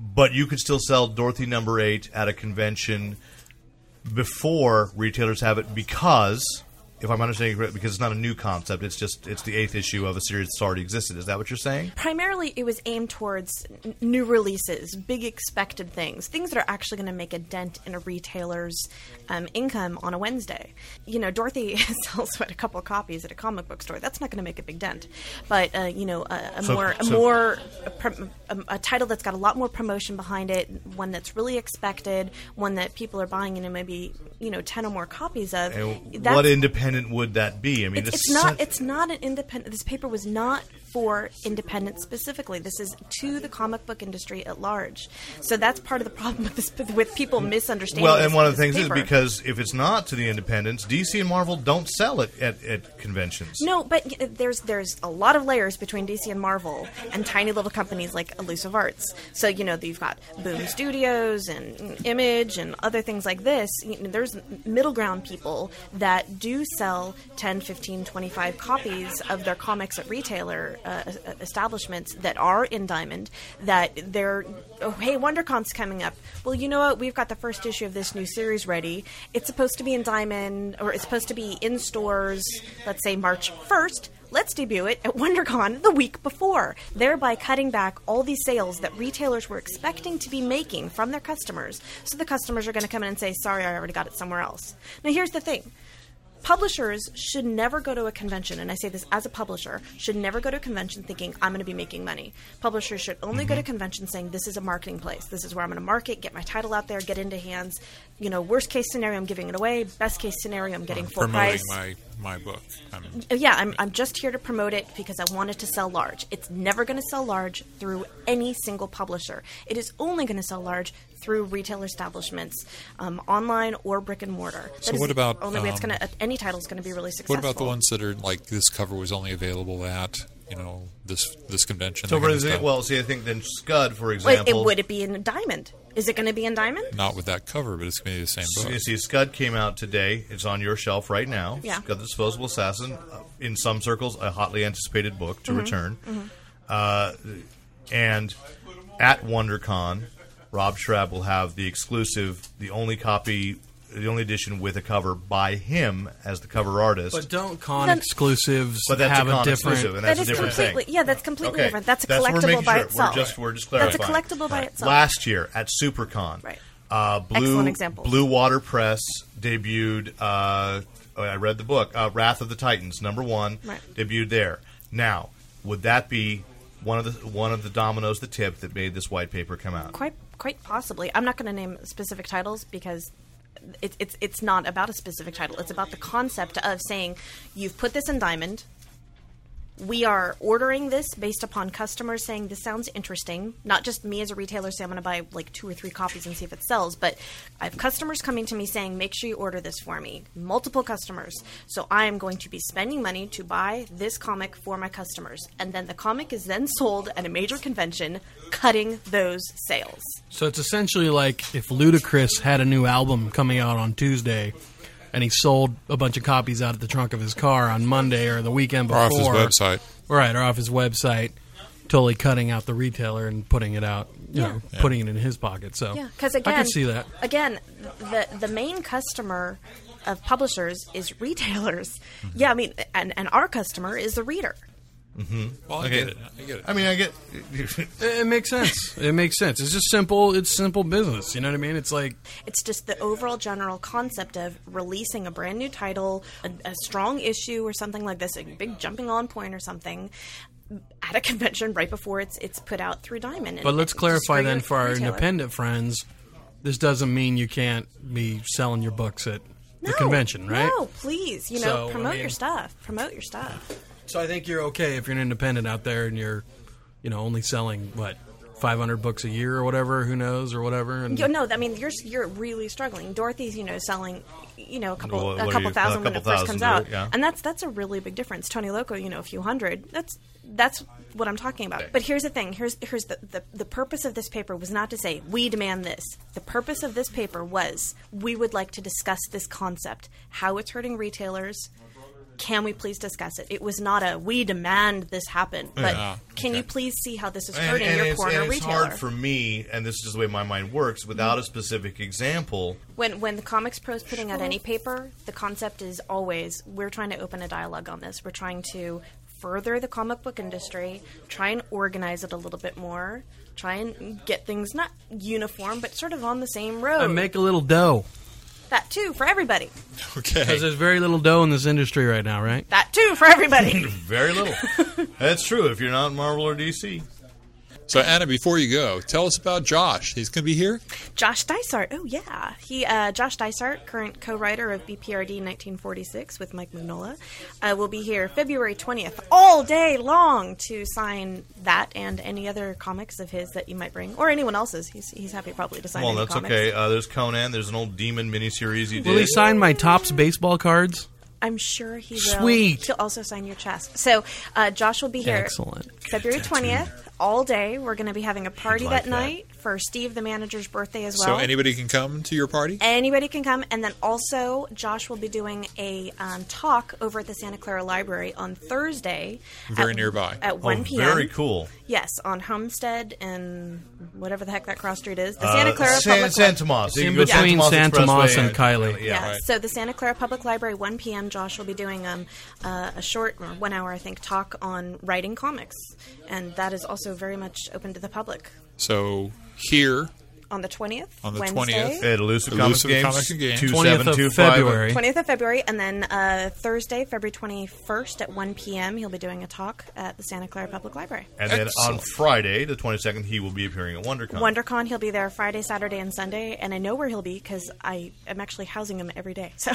but you could still sell Dorothy number eight at a convention before retailers have it because. If I'm understanding correct, because it's not a new concept, it's just it's the eighth issue of a series that's already existed. Is that what you're saying? primarily it was aimed towards n- new releases, big expected things, things that are actually going to make a dent in a retailer's um, income on a Wednesday. You know, Dorothy sells what a couple copies at a comic book store. That's not going to make a big dent, but uh, you know, a, a So- more a so- more a, prom- a, a title that's got a lot more promotion behind it, one that's really expected, one that people are buying and maybe you know ten or more copies of. And That's- what independent would that be? I mean, it's, this it's is not. such- It's not an independent. This paper was not for independent specifically. This is to the comic book industry at large. So that's part of the problem with this, with people misunderstanding. Well, this- and one of the this things paper. is because if it's not to the independents, DC and Marvel don't sell it at, at conventions. No, but y- there's there's a lot of layers between DC and Marvel and tiny little companies like Elusive Arts. So you know you've got Boom Studios and Image and other things like this. You know, there's middle ground people that do sell 10, 15, 25 copies of their comics at retailer uh, es- establishments that are in Diamond. That they're oh hey WonderCon's coming up. Well, you know what? We've got the first issue of this new series ready. It's supposed to be in Diamond or it's supposed to be in stores, let's say March 1st. Let's debut it at WonderCon the week before, thereby cutting back all these sales that retailers were expecting to be making from their customers. So the customers are going to come in and say, "Sorry, I already got it somewhere else." Now here's the thing. Publishers should never go to a convention, and I say this as a publisher, should never go to a convention thinking, I'm going to be making money. Publishers Mm-hmm. should only go to conventions saying, This is a marketing place. This is where I'm going to market, get my title out there, get into hands. you know, worst case scenario, I'm giving it away. Best case scenario, I'm getting I'm full promoting price. Oh, my, my book. Um, I'm yeah, I'm, I'm just here to promote it because I want it to sell large. It's never going to sell large through any single publisher. It is only going to sell large through retail establishments, um, online or brick and mortar. That So is what the about, only way it's um, going to any title is going to be really successful? What about the ones that are like this cover was only available at you know this this convention? So, that for kind of example, stuff? well, see, I think then Scud, for Wait, example, it, would it be in diamond? Is it going to be in diamond? not with that cover, but it's going to be the same So book. You see, Scud came out today. It's on your shelf right now. Yeah. Scud the Disposable Assassin, uh, in some circles, a hotly anticipated book Mm-hmm. to return. Uh, and at WonderCon, Rob Schrab will have the exclusive, the only copy, the only edition with a cover by him as the cover artist. But don't con Then- exclusives But that's have a a, con different? exclusive, and That that's is a different completely thing. yeah. That's completely Okay. different. That's a That's what we're collectible making by sure. We're itself. just- we're just that's a clarifying. collectible by itself. Last year at SuperCon, Right. Uh, Blue Excellent examples. Blue Water Press debuted. Uh, oh, I read the book, uh, Wrath of the Titans, number one, Right. debuted there. Now, would that be one of the one of the dominoes, the tip that made this white paper come out? Quite, quite possibly. I'm not going to name specific titles because it, it's it's not about a specific title. It's about the concept of saying you've put this in Diamond. We are ordering this based upon customers saying this sounds interesting. Not just me as a retailer saying I'm going to buy like two or three copies and see if it sells, but I have customers coming to me saying, make sure you order this for me. Multiple customers. So I am going to be spending money to buy this comic for my customers. And then the comic is then sold at a major convention, cutting those sales. So it's essentially like if Ludacris had a new album coming out on Tuesday, and he sold a bunch of copies out of the trunk of his car on Monday or the weekend Or before, off his website. right? Or off his website, totally cutting out the retailer and putting it out, you Yeah. know, putting it in his pocket. So Yeah, because again, I can see that. Again, the the main customer of publishers is retailers. Yeah, I mean, and and our customer is the reader. Well, I Okay. get it. I get it. I mean, I get. It it makes sense. It makes sense. It's just simple. It's simple business. You know what I mean? It's like It's just the overall general concept of releasing a brand new title, a, a strong issue, or something like this, a big jumping on point or something. At a convention right before it's it's put out through Diamond. And But let's it's just clarify then your for our retailer. independent friends, this doesn't mean you can't be selling your books at the No, convention, right? No, please, you So, know, I promote mean- your stuff. Promote your stuff. So I think you're okay if you're an independent out there and you're, you know, only selling what 500 books a year or whatever, who knows or whatever. And You no, I mean you're you're really struggling. Dorothy's, you know, selling, you know, a couple Well, what a are couple you- thousand a when it couple first thousand comes there, out, yeah. and that's that's a really big difference. Tony Loco, you know, a few hundred. That's that's what I'm talking about. But here's the thing. Here's here's the, the the purpose of this paper was not to say we demand this. The purpose of this paper was we would like to discuss this concept, how it's hurting retailers. Can we please discuss it? It was not a we demand this happen, but Yeah, can okay. you please see how this is and, hurting and your it's, corner and it's retailer? hard for me, and this is just the way my mind works. Without a specific example, When when the comics pro is putting out any paper, the concept is always we're trying to open a dialogue on this. We're trying to further the comic book industry, try and organize it a little bit more, try and get things not uniform but sort of on the same road. and make a little dough that too for everybody. okay. because there's very little dough in this industry right now, right? That too for everybody. very little. That's true. If you're not Marvel or DC, So Anna, before you go, tell us about Josh. He's going to be here. Josh Dysart. Oh yeah, he uh, Josh Dysart, current co-writer of BPRD 1946 with Mike Mignola, uh, will be here February 20th, all day long, to sign that and any other comics of his that you might bring, or anyone else's. He's, he's happy probably to sign. well, any that's comics. okay. Uh, there's Conan. There's an old demon miniseries you did. Will he sign my tops baseball cards? I'm sure he will. Sweet. He'll also sign your chest. So uh, Josh will be here. Excellent. February 20th, all day. We're going to be having a party like that, that. night for Steve, the manager's birthday as so well. anybody can come to your party. anybody can come and then also josh will be doing a um, talk over at the santa clara library on thursday Very at, nearby. at Oh, 1 p.m very cool. yes on homestead and whatever the heck that cross street is the santa clara Uh, San, public San Li- Tomas. You in can go San between Tomas San Expressway Tomas and Kylie. Yeah. yeah, right. so the Santa Clara Public Library, 1 p.m. Josh will be doing um, uh, a short, or one hour, I think, talk on writing comics, and that is also very much open to the public. So here on the 20th. On the Wednesday. 20th. At Elusive, Elusive Comics Comics and Games, Games. 20th of 2725 February. 20th of February, and then uh, Thursday, February 21st at 1 p.m., he'll be doing a talk at the Santa Clara Public Library. And then on Excellent. Friday, the 22nd, he will be appearing at WonderCon. WonderCon, he'll be there Friday, Saturday, and Sunday, and I know where he'll be because I am actually housing him every day. So,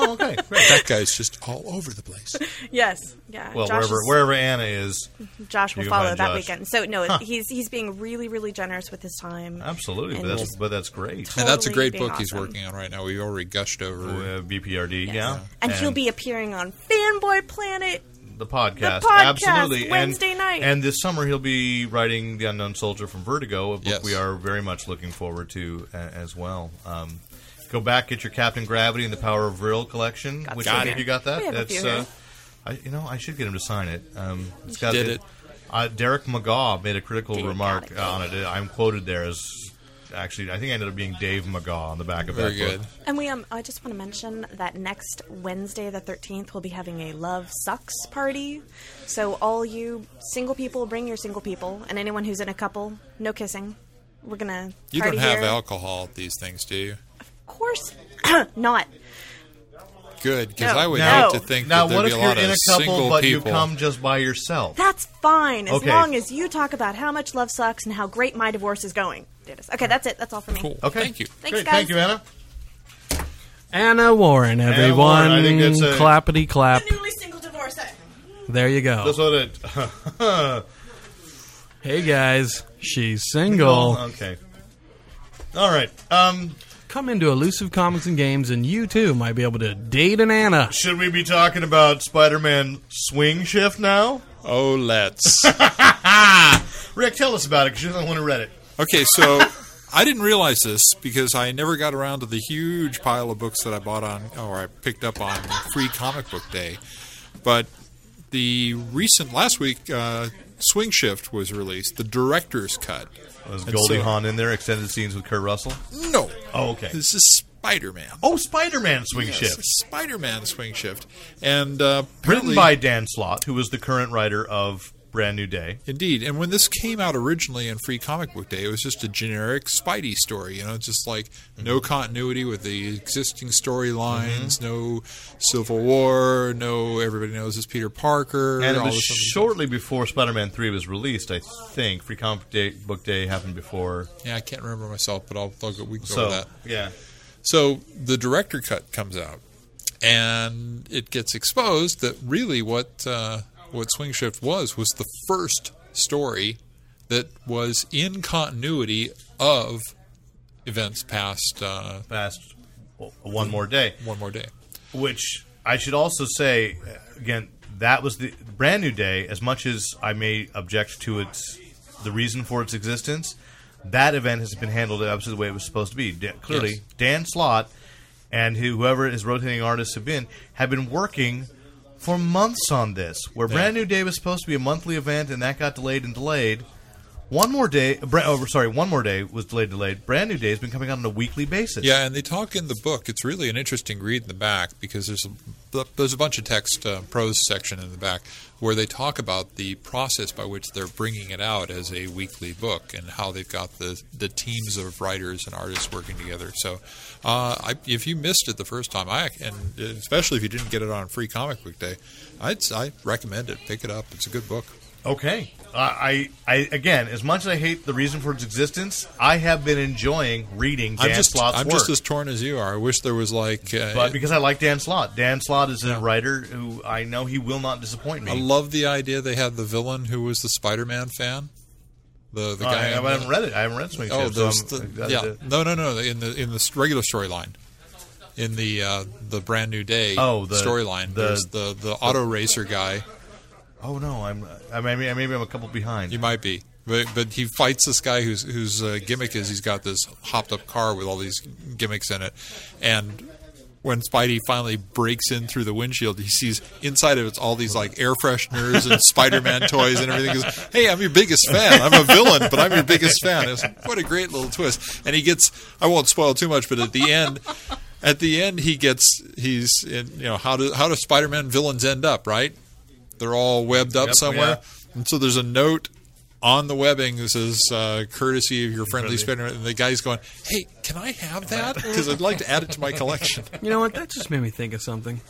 Oh, okay. Great. That guy's just all over the place. yes, yeah. Well, Josh wherever is- wherever Anna is, Josh you will can follow find that Josh. weekend. So no, he's he's being really, really generous with his time. absolutely. But And that's just- but that's great. and that's a Totally great being book he's awesome. working on right now. We already gushed over. Uh, BPRD, yeah. And, he'll be appearing on Fanboy Planet. the podcast, The podcast, absolutely. Wednesday and, night. and this summer he'll be writing the Unknown Soldier from Vertigo, a book Yes. we are very much looking forward to a, as well. Um, go back get your Captain Gravity and the Power of Real collection, which some I here. think you got that. We have a That's few here. uh, I, you know I should get him to sign it. Um, it's got Did the- it. Uh, Derek McGaw made a critical Dude, remark got it. uh, on it. I'm quoted there as actually I think I ended up being Dave McGaw on the back of Very that book. good. And we um, I just want to mention that next Wednesday, the thirteenth, we'll be having a Love Sucks party. So all you single people, bring your single people, and anyone who's in a couple, no kissing. We're gonna You party don't have here. alcohol at these things, do you? Of course, not. Good, because No. I would No. hate to think Now, that what there'd if be a you're lot in of a couple single but people. you come just by yourself? That's fine as Okay. long as you talk about how much love sucks and how great my divorce is going. Okay, that's it. That's all for me. Cool. okay, Thank you. Thanks, Great. guys. Thank you, Anna. Anna Warren, everyone. Warren, I think that's a- Clappity clap. Newly single divorcee. There you go. That's what it. Hey guys, she's single. Okay. All right. Um, Come into Elusive Comics and Games, and you too might be able to date an Anna. should we be talking about Spider-Man Swing Shift now? Oh, let's. Rick, tell us about it because you're the one who read it. Okay, so I didn't realize this because I never got around to the huge pile of books that I bought on or I picked up on Free Comic Book Day. But the recent last week, uh, Swing Shift was released, the director's cut. Was And Goldie so- Hawn in there? Extended scenes with Kurt Russell. No. Oh, okay. This is Spider Man. Oh, Spider-Man Swing Shift, Spider Man Swing Shift, and uh, written apparently- by Dan Slott, who was the current writer of Brand New Day. Indeed. And when this came out originally in Free Comic Book Day, it was just a generic Spidey story, you know, just like Mm-hmm. no continuity with the existing storylines, no Civil War, no everybody knows it's Peter Parker. And it all was this other stuff. shortly before Spider-Man Three was released, I think. Free Comic Day, Book Day happened before, Yeah, I can't remember myself, but I'll, I'll go, we can go so with that. yeah. So the director cut comes out, and it gets exposed that really what uh, what Swing Shift was was the first story that was in continuity of events past uh, Past well, one more day. One More Day. which I should also say again that was the brand new day as much as I may object to its the reason for its existence that event has been handled absolutely the way it was supposed to be Da- clearly Yes. Dan Slott and who- whoever his rotating artists have been have been working for months on this where brand new day was supposed to be a monthly event and that got delayed and delayed one more day Bra- oh sorry one more day was delayed delayed brand new day has been coming out on a weekly basis Yeah, and they talk in the book. It's really an interesting read in the back because there's a, there's a bunch of text uh, prose section in the back where they talk about the process by which they're bringing it out as a weekly book and how they've got the the teams of writers and artists working together. So, uh, I, if you missed it the first time, I and especially if you didn't get it on Free Comic Book Day, I'd I recommend it. Pick it up. It's a good book. Okay. I, I, I again, as much as I hate the reason for its existence, I have been enjoying reading Dan I'm just Slott's I'm work. just as torn as you are. I wish there was like uh, but because I like Dan Slott, Dan Slott is a writer who I know he will not disappoint me. I love the idea they had the villain who was the Spider-Man fan. The the Uh, I, guy. I in the- haven't read it. I haven't read Swing Oh, Shift. so those, I'm- uh, the- I- I- yeah. No, no, no. In the in the s- regular storyline, in the uh, the brand new day. Oh, the- storyline. the- There's the the auto racer guy. oh no, I'm. I mean, maybe I'm a couple behind. You might be, but but he fights this guy whose whose uh, gimmick is he's got this hopped up car with all these gimmicks in it, and. When Spidey finally breaks in through the windshield, he sees inside of it's all these like air fresheners and Spider-Man toys and everything. He goes, "Hey, I'm your biggest fan. I'm a villain, but I'm your biggest fan." It's, what a great little twist! And he gets—I won't spoil too much—but at the end, at the end, he gets—he's you know how do how do Spider-Man villains end up? Right? They're all webbed up Yep, somewhere. yeah. And so there's a note on the webbing. This is uh, courtesy of your friendly spinner. And the guy's going, "Hey, can I have that? Because I'd like to add it to my collection." You know what? That just made me think of something.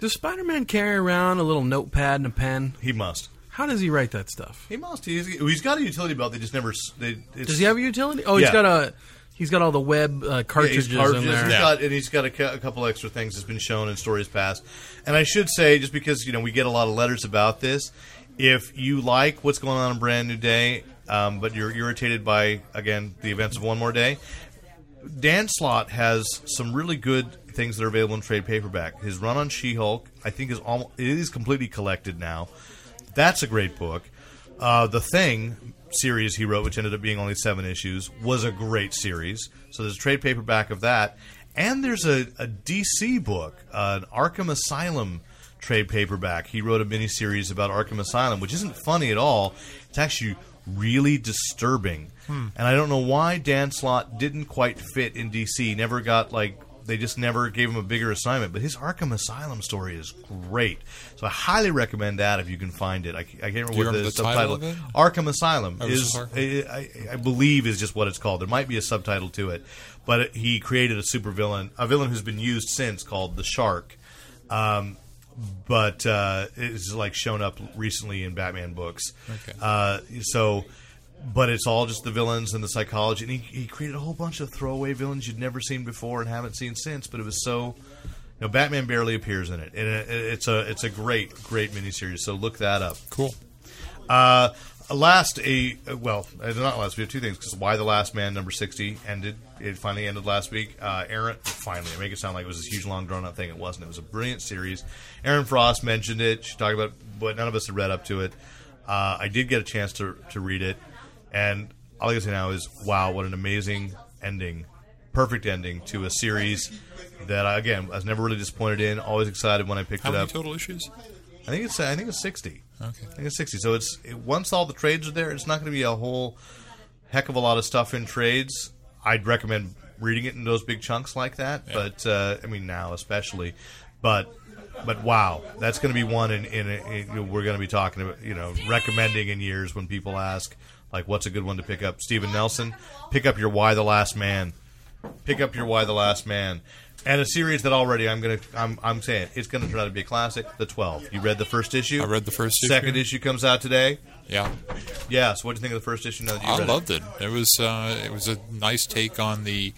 Does Spider Man carry around a little notepad and a pen? He must. How does he write that stuff? He must. He's, he's got a utility belt. They just never. s- They, it's- Does he have a utility? Oh, Yeah. he's got a he's got all the web uh, Yeah, he's cartridges, cartridges. in there. He's got- and he's got a, cou- a couple extra things that's been shown in stories past. And I should say, just because you know we get a lot of letters about this, if you like what's going on in Brand New Day, um, but you're irritated by again the events of One More Day, Dan Slott has some really good things that are available in trade paperback. His run on She Hulk, I think, is almost it is completely collected now. That's a great book. Uh, the Thing series he wrote, which ended up being only seven issues, was a great series. So there's a trade paperback of that, and there's a, a DC book, uh, an Arkham Asylum trade paperback. He wrote a miniseries about Arkham Asylum, which isn't funny at all. It's actually really disturbing. And I don't know why Dan Slott didn't quite fit in DC. Never got like they just never gave him a bigger assignment. But his Arkham Asylum story is great, so I highly recommend that if you can find it. I, ca- I can't remember you what the, remember the subtitle. title of it? Oh, Arkham Asylum Arkham is Asylum. I, I- I believe is just what it's called. There might be a subtitle to it, but he created a supervillain, a villain who's been used since called the Shark, um, but uh, is like shown up recently in Batman books. Okay. Uh, so, but it's all just the villains and the psychology, and he, he created a whole bunch of throwaway villains you'd never seen before and haven't seen since. But it was so. You know, Batman barely appears in it, and it, it's a it's a great great miniseries. So look that up. Cool. Uh, last a well, uh, not last. We have two things because why the last man number sixty ended. It finally ended last week. Uh, Aaron finally. I make it sound like it was this huge, long, drawn out thing. It wasn't. It was a brilliant series. Aaron Frost mentioned it. She talked about, it, but none of us had read up to it. Uh, I did get a chance to to read it, and all I can say now is, wow, what an amazing ending. Perfect ending to a series that I, again I was never really disappointed in. Always excited when I picked How it many up. total issues? I think it's I think it's sixty. Okay. I think it's sixty. So it's it, once all the trades are there, it's not going to be a whole heck of a lot of stuff in trades. I'd recommend reading it in those big chunks like that. But uh, I mean now especially, but but wow, that's going to be one in, in, in we're going to be talking about you know recommending in years when people ask like what's a good one to pick up. Steven Nelson, pick up your Why the Last Man pick up your Why the Last Man, and a series that already I'm gonna I'm, I'm saying it's gonna turn out to be a classic. The Twelve. You read the first issue. I read the first issue. Second issue comes out today. Yeah, Yeah. So what do you think of the first issue? Now that you I read loved it. It was uh, it was a nice take on the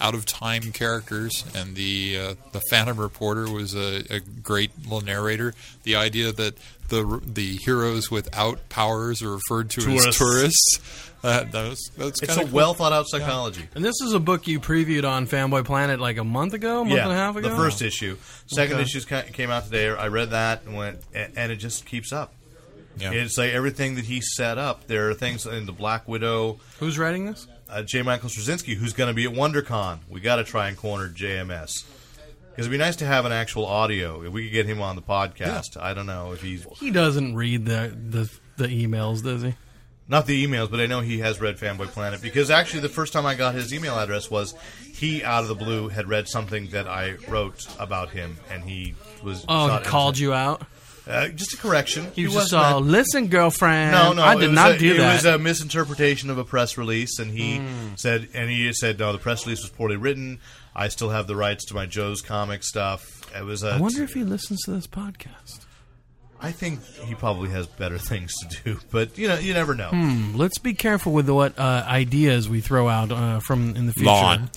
out of time characters, and the uh, the Phantom Reporter was a, a great little narrator. The idea that the the heroes without powers are referred to as Tourists. tourists. Uh, that was, that's It. It's a kinda cool. well thought out psychology. And this is a book you previewed on Fanboy Planet like a month ago, month Yeah, and a half ago. the first issue. Second Okay. issues ca- came out today. I read that and went, a- and it just keeps up. Yeah. It's like everything that he set up. There are things in the Black Widow, Who's writing this? uh, J. Michael Straczynski, who's going to be at WonderCon. We got to try and corner JMS because it'd be nice to have an actual audio. If we could get him on the podcast, I don't know if he's He doesn't read the the, the emails, does he? not the emails, but I know he has read Fanboy Planet because actually the first time I got his email address was he out of the blue had read something that I wrote about him, and he was Oh, shot he called at- you out. uh, just a correction. He, was wasn't just all, mad. listen, girlfriend. No, no, I it did was not a, do it that. Hmm. was a misinterpretation of a press release, and he said, and he said, no, the press release was poorly written. I still have the rights to my Joe's comic stuff. It was a. I wonder if he listens to this podcast. I think he probably has better things to do, but you know, you never know. Let's be careful with what uh, ideas we throw out uh, from in the future. Lawn.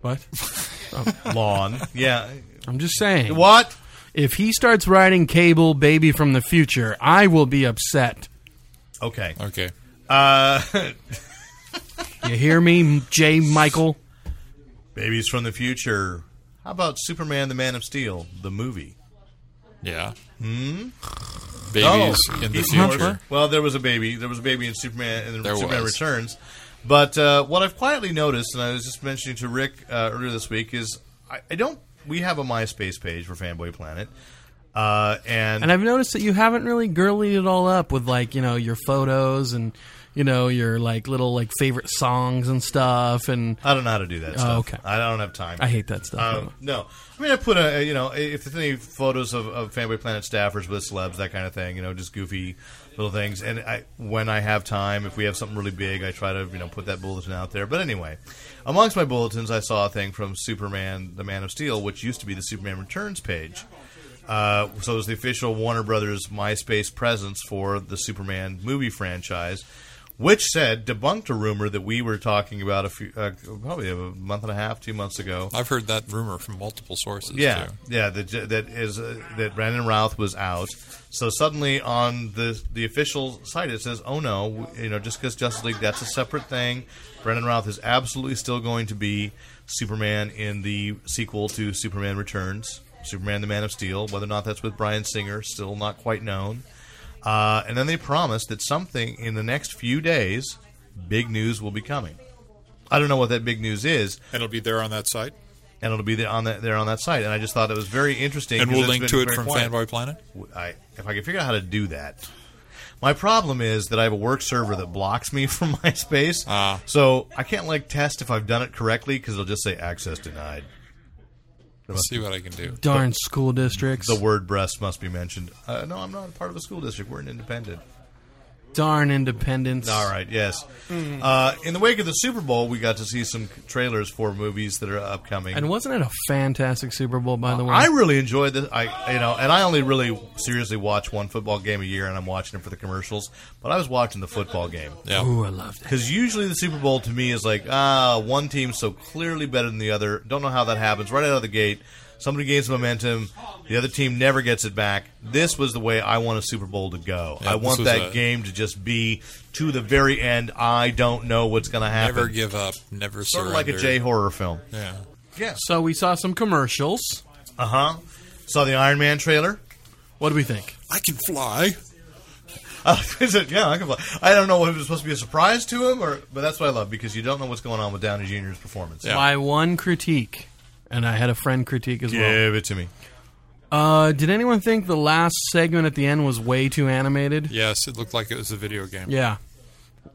What? Lawn, yeah. I'm just saying. What? If he starts writing Cable Baby from the future, I will be upset. Okay. Okay. Uh, You hear me, J. Michael? babies from the future. How about Superman: The Man of Steel, the movie? Yeah. Hmm. Babies Oh. in the He's future. Morph. Well, there was a baby. There was a baby in Superman and There Superman was. Returns. But uh, what I've quietly noticed, and I was just mentioning to Rick uh, earlier this week, is I, I don't. We have a MySpace page for Fanboy Planet, uh, and, And I've noticed that you haven't really girlied it all up with like you know your photos and you know, your like little like favorite songs and stuff. And I don't know how to do that stuff. Oh, okay. I don't have time. I hate that stuff. Um, no, I mean I put a you know if there's any photos of, of Fanboy Planet staffers with celebs that kind of thing you know just goofy little things and I when I have time if we have something really big I try to you know put that bulletin out there but anyway amongst my bulletins I saw a thing from Superman the Man of Steel which used to be the Superman Returns page uh, so it was the official Warner Brothers MySpace presence for the Superman movie franchise, which said debunked a rumor that we were talking about a few, uh, probably a month and a half, two months ago. I've heard that rumor from multiple sources. Yeah, too. yeah. That that is uh, that Brandon Routh was out. So suddenly on the the official site it says, "Oh no, w- you know, just because Justice League that's a separate thing. Brandon Routh is absolutely still going to be Superman in the sequel to Superman Returns, Superman the Man of Steel. Whether or not that's with Brian Singer, still not quite known. Uh, and then they promised that something in the next few days, big news will be coming. I don't know what that big news is, And it'll be there on that site. and it'll be there on that there on that site. And I just thought it was very interesting. And 'cause we'll it's link been to it very from quiet. Fanboy Planet. I, if I could figure out how to do that. My problem is that I have a work server that blocks me from MySpace, Ah. so I can't like test if I've done it correctly because it'll just say access denied. Let's see what I can do. Darn school districts. The word "breast" must be mentioned. Uh, no, I'm not part of a school district. We're an independent. Darn independence. All right, yes. Uh, in the wake of the Super Bowl, we got to see some trailers for movies that are upcoming. And wasn't it a fantastic Super Bowl, by the way? Uh, I really enjoyed this. I you know, and I only really seriously watch one football game a year, and I'm watching it for the commercials. But I was watching the football game Yeah. Ooh, I loved it. because usually the Super Bowl to me is like ah, one team's so clearly better than the other. Don't know how that happens right out of the gate. Somebody gains momentum, the other team never gets it back. This was the way I want a Super Bowl to go. Yeah, I this want was that a- game to just be to the very end. I don't know what's going to happen. Never give up. Never sort of surrender. like a J horror film. Yeah. Yes. So we saw some commercials. Uh huh. Saw the Iron Man trailer. What do we think? I can fly. Uh, he said, yeah, I can fly. I don't know if it was supposed to be a surprise to him, or but that's what I love because you don't know what's going on with Downey Jr.'s performance. Yeah. My one critique, and I had a friend critique as well. Give it to me. Uh, did anyone think the last segment at the end was way too animated? Yes, it looked like it was a video game. Yeah.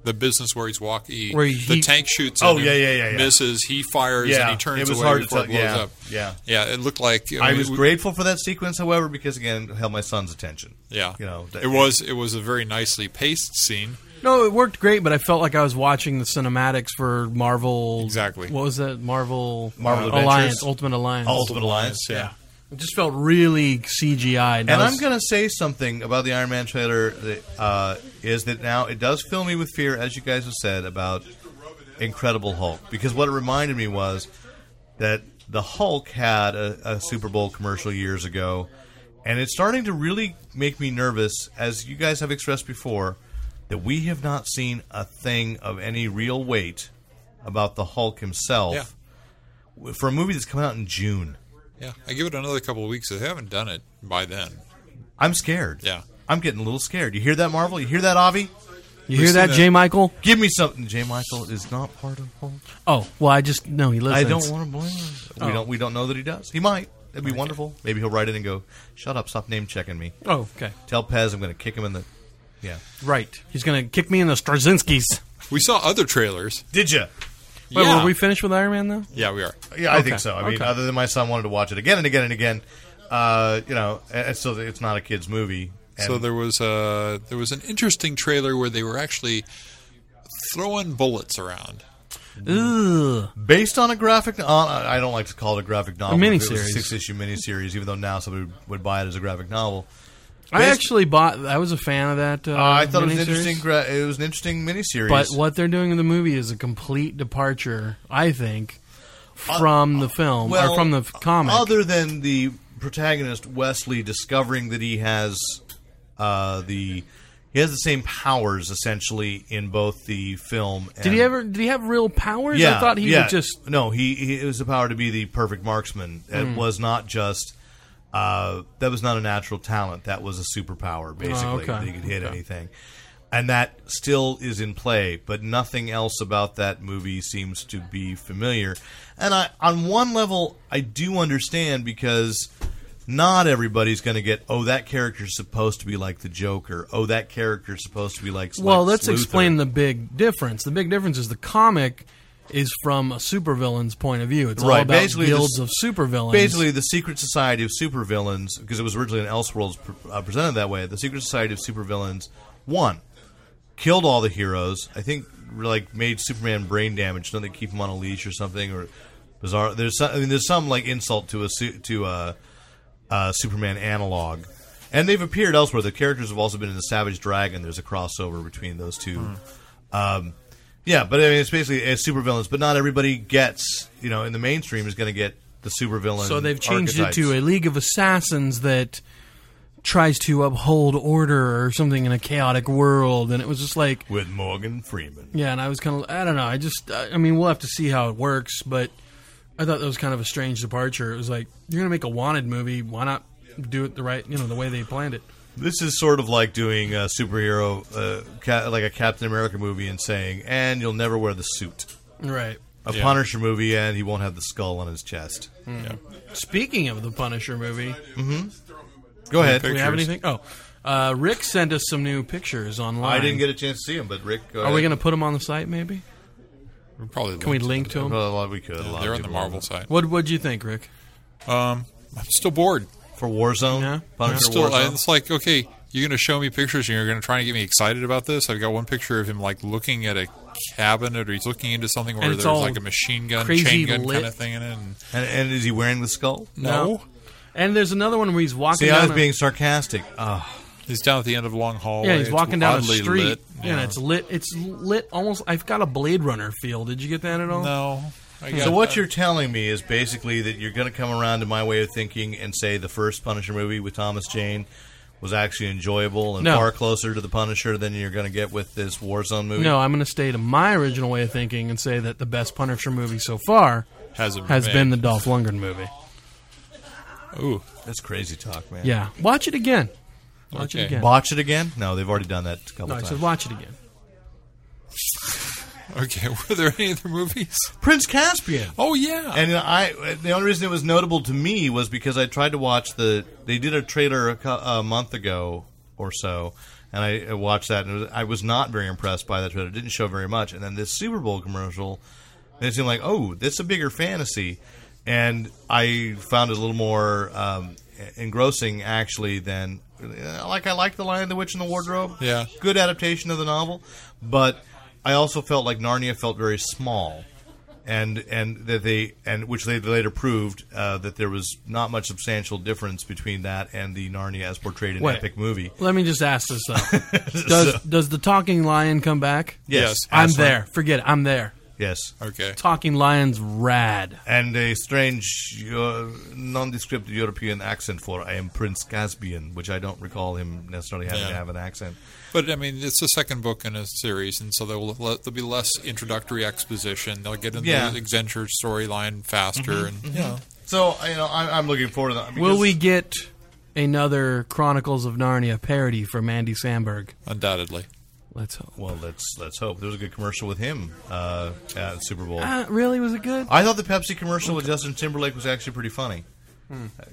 The business where he's walk he, Where he- the tank shoots. Oh, at him, yeah, yeah, yeah, yeah. Misses. He fires Yeah, and he turns it was away hard to before tell- it blows yeah, up. yeah. Yeah. It looked like I mean, was we- grateful for that sequence, however, because again, it held my son's attention. Yeah. you know, that- it was it was a very nicely paced scene. No, it worked great, but I felt like I was watching the cinematics for Marvel. Exactly. What was that? Marvel. uh, Marvel Adventures? Alliance, Ultimate Alliance. Ultimate Alliance. Yeah. It just felt really CGI. And I'm going to say something about the Iron Man trailer that, uh, is that now it does fill me with fear, as you guys have said, about Incredible Hulk. Because what it reminded me was that the Hulk had a, a Super Bowl commercial years ago, and it's starting to really make me nervous, as you guys have expressed before, that we have not seen a thing of any real weight about the Hulk himself Yeah. for a movie that's coming out in June. Yeah. I give it another couple of weeks. If they haven't done it by then. I'm scared. Yeah. I'm getting a little scared. You hear that, Marvel? You hear that, Avi? You hear seen that, that- J. Michael? Give me something. J. Michael is not part of Hulk. Oh, well, I just no. He I listens. don't want to blame him. We don't. We don't know that he does. He might. That'd be wonderful. Maybe he'll write in and go, "Shut up! Stop name checking me." Oh, okay. Tell Pez I'm going to kick him in the. Yeah. Right. He's gonna kick me in the Straczynskis. We saw other trailers. Did you? Wait, yeah. were we finished with Iron Man though? yeah, we are. Yeah, I Okay, think so. I mean, okay. other than my son wanted to watch it again and again and again. Uh, you know, and so that it's not a kids' movie. And So there was a there was an interesting trailer where they were actually throwing bullets around. Mm-hmm. Ugh. based on a graphic. no- On, I don't like to call it a graphic novel. miniseries. six issue miniseries. Even though now somebody would buy it as a graphic novel. I Based- actually bought. I was a fan of that. Uh, Uh, I thought it was miniseries. interesting. Gra- it was an interesting miniseries. But what they're doing in the movie is a complete departure, I think, from the film or from the f- comic. Other than Uh, the protagonist Wesley discovering that he has uh, the he has the same powers essentially in both the film. And, did he ever? Did he have real powers? Yeah, I thought he yeah. was just. Hmm. no. He, he it was the power to be the perfect marksman. It was not just. Uh, that was not a natural talent. That was a superpower, basically. Oh, okay, That he could hit okay. anything, and that still is in play. But nothing else about that movie seems to be familiar. And I, on one level, I do understand because Not everybody's going to get. Oh, that character's supposed to be like the Joker. Oh, that character's supposed to be like. Well, Lex let's Luthor. explain the big difference. The big difference is the comic is from a supervillain's point of view. It's all Right, about basically the guilds s- of supervillains. Basically, the Secret Society of Supervillains, because it was originally in Elseworlds pr- uh, presented that way. The Secret Society of Supervillains won, killed all the heroes. I think like made Superman brain damage. Don't they keep him on a leash or something? Or bizarre. There's some, I mean, there's some like insult to a su- to uh, a, a Superman analog. And they've appeared elsewhere. The characters have also been in the Savage Dragon. There's a crossover between those two. Hmm. Um, yeah, but I mean, it's basically it's supervillains. But not everybody gets, you know, in the mainstream is going to get the supervillain. so they've changed archetypes. it to a League of Assassins that tries to uphold order or something in a chaotic world. And it was just like, with Morgan Freeman. yeah. And I was kind of, I don't know. I just, I I mean, we'll have to see how it works. But I thought that was kind of a strange departure. It was like, you're going to make a wanted movie. Why not do it the right, you know, the way they planned it? This is sort of like doing a superhero, uh, ca- like a Captain America movie, and saying, "And you'll never wear the suit." Right. A Yeah. Punisher movie, and he won't have the skull on his chest. Hmm. Speaking of the Punisher movie. Mm-hmm. Go ahead. Do we have pictures. anything? Oh, uh, Rick sent us some new pictures online. I didn't get a chance to see him, but Rick, go Are we going to put them on the site? Maybe We'll Probably can we link to them? Well, a lot we could. a lot They're of on the people. Marvel side. What What'd you think, Rick? Um, I'm still bored. for Warzone. Yeah. Yeah. Punisher I'm still, Warzone. I- it's like okay, you're going to show me pictures and you're going to try and get me excited about this. I've got one picture of him like looking at a cabinet or he's looking into something where And it's there's all like a machine gun, crazy chain gun lit. kind of thing in it. And, and, and is he wearing the skull? No. And there's another one where he's walking. See, down I was a- being sarcastic. Ugh. He's down at the end of a long hall. yeah, he's It's walking down a oddly street, lit. and it's lit. It's lit almost. I've got a Blade Runner feel. Did you get that at all? no. I got so what that. you're telling me is basically that you're going to come around to my way of thinking and say the first Punisher movie with Thomas Jane was actually enjoyable and No. far closer to the Punisher than you're going to get with this Warzone movie. No, I'm going to stay to my original way of thinking and say that the best Punisher movie so far hasn't has been the made. Dolph Lundgren movie. Ooh, that's crazy talk, man. Yeah, watch it again. Watch it Okay. again. Botch it again? No, they've already done that a couple no, I times. said watch it again. okay. Were there any other movies? Prince Caspian. Oh yeah, And I, the only reason it was notable to me was because I tried to watch the. They did a trailer a, cou- a month ago or so, and I, I watched that, and it was, I was not very impressed by that trailer. It didn't show very much, and then this Super Bowl commercial, and it seemed like, oh, this is a bigger fantasy, and I found it a little more um, engrossing actually than uh, like I liked the Lion, the Witch, and the Wardrobe. Yeah. good adaptation of the novel, but I also felt like Narnia felt very small and and that they and which they later proved uh, that there was not much substantial difference between that and the Narnia as portrayed in Wait. epic movie. Let me just ask this though: Does does the talking lion come back? Yes, I'm Aslan. there. Forget it. I'm there. Yes, okay. Talking lion's rad. and a strange uh, nondescript European accent for I am Prince Caspian, which I don't recall him necessarily having to Yeah. have an accent. But I mean, it's the second book in a series, and so there will there'll be less introductory exposition. They'll get into Yeah. the adventure storyline faster, and So you know, I, I'm looking forward to that. Will because- we get another Chronicles of Narnia parody from Andy Samberg? undoubtedly, Let's hope. Well, let's let's hope. There was a good commercial with him uh, at the Super Bowl. Uh, really, was it good? I thought the Pepsi commercial with Justin Timberlake was actually pretty funny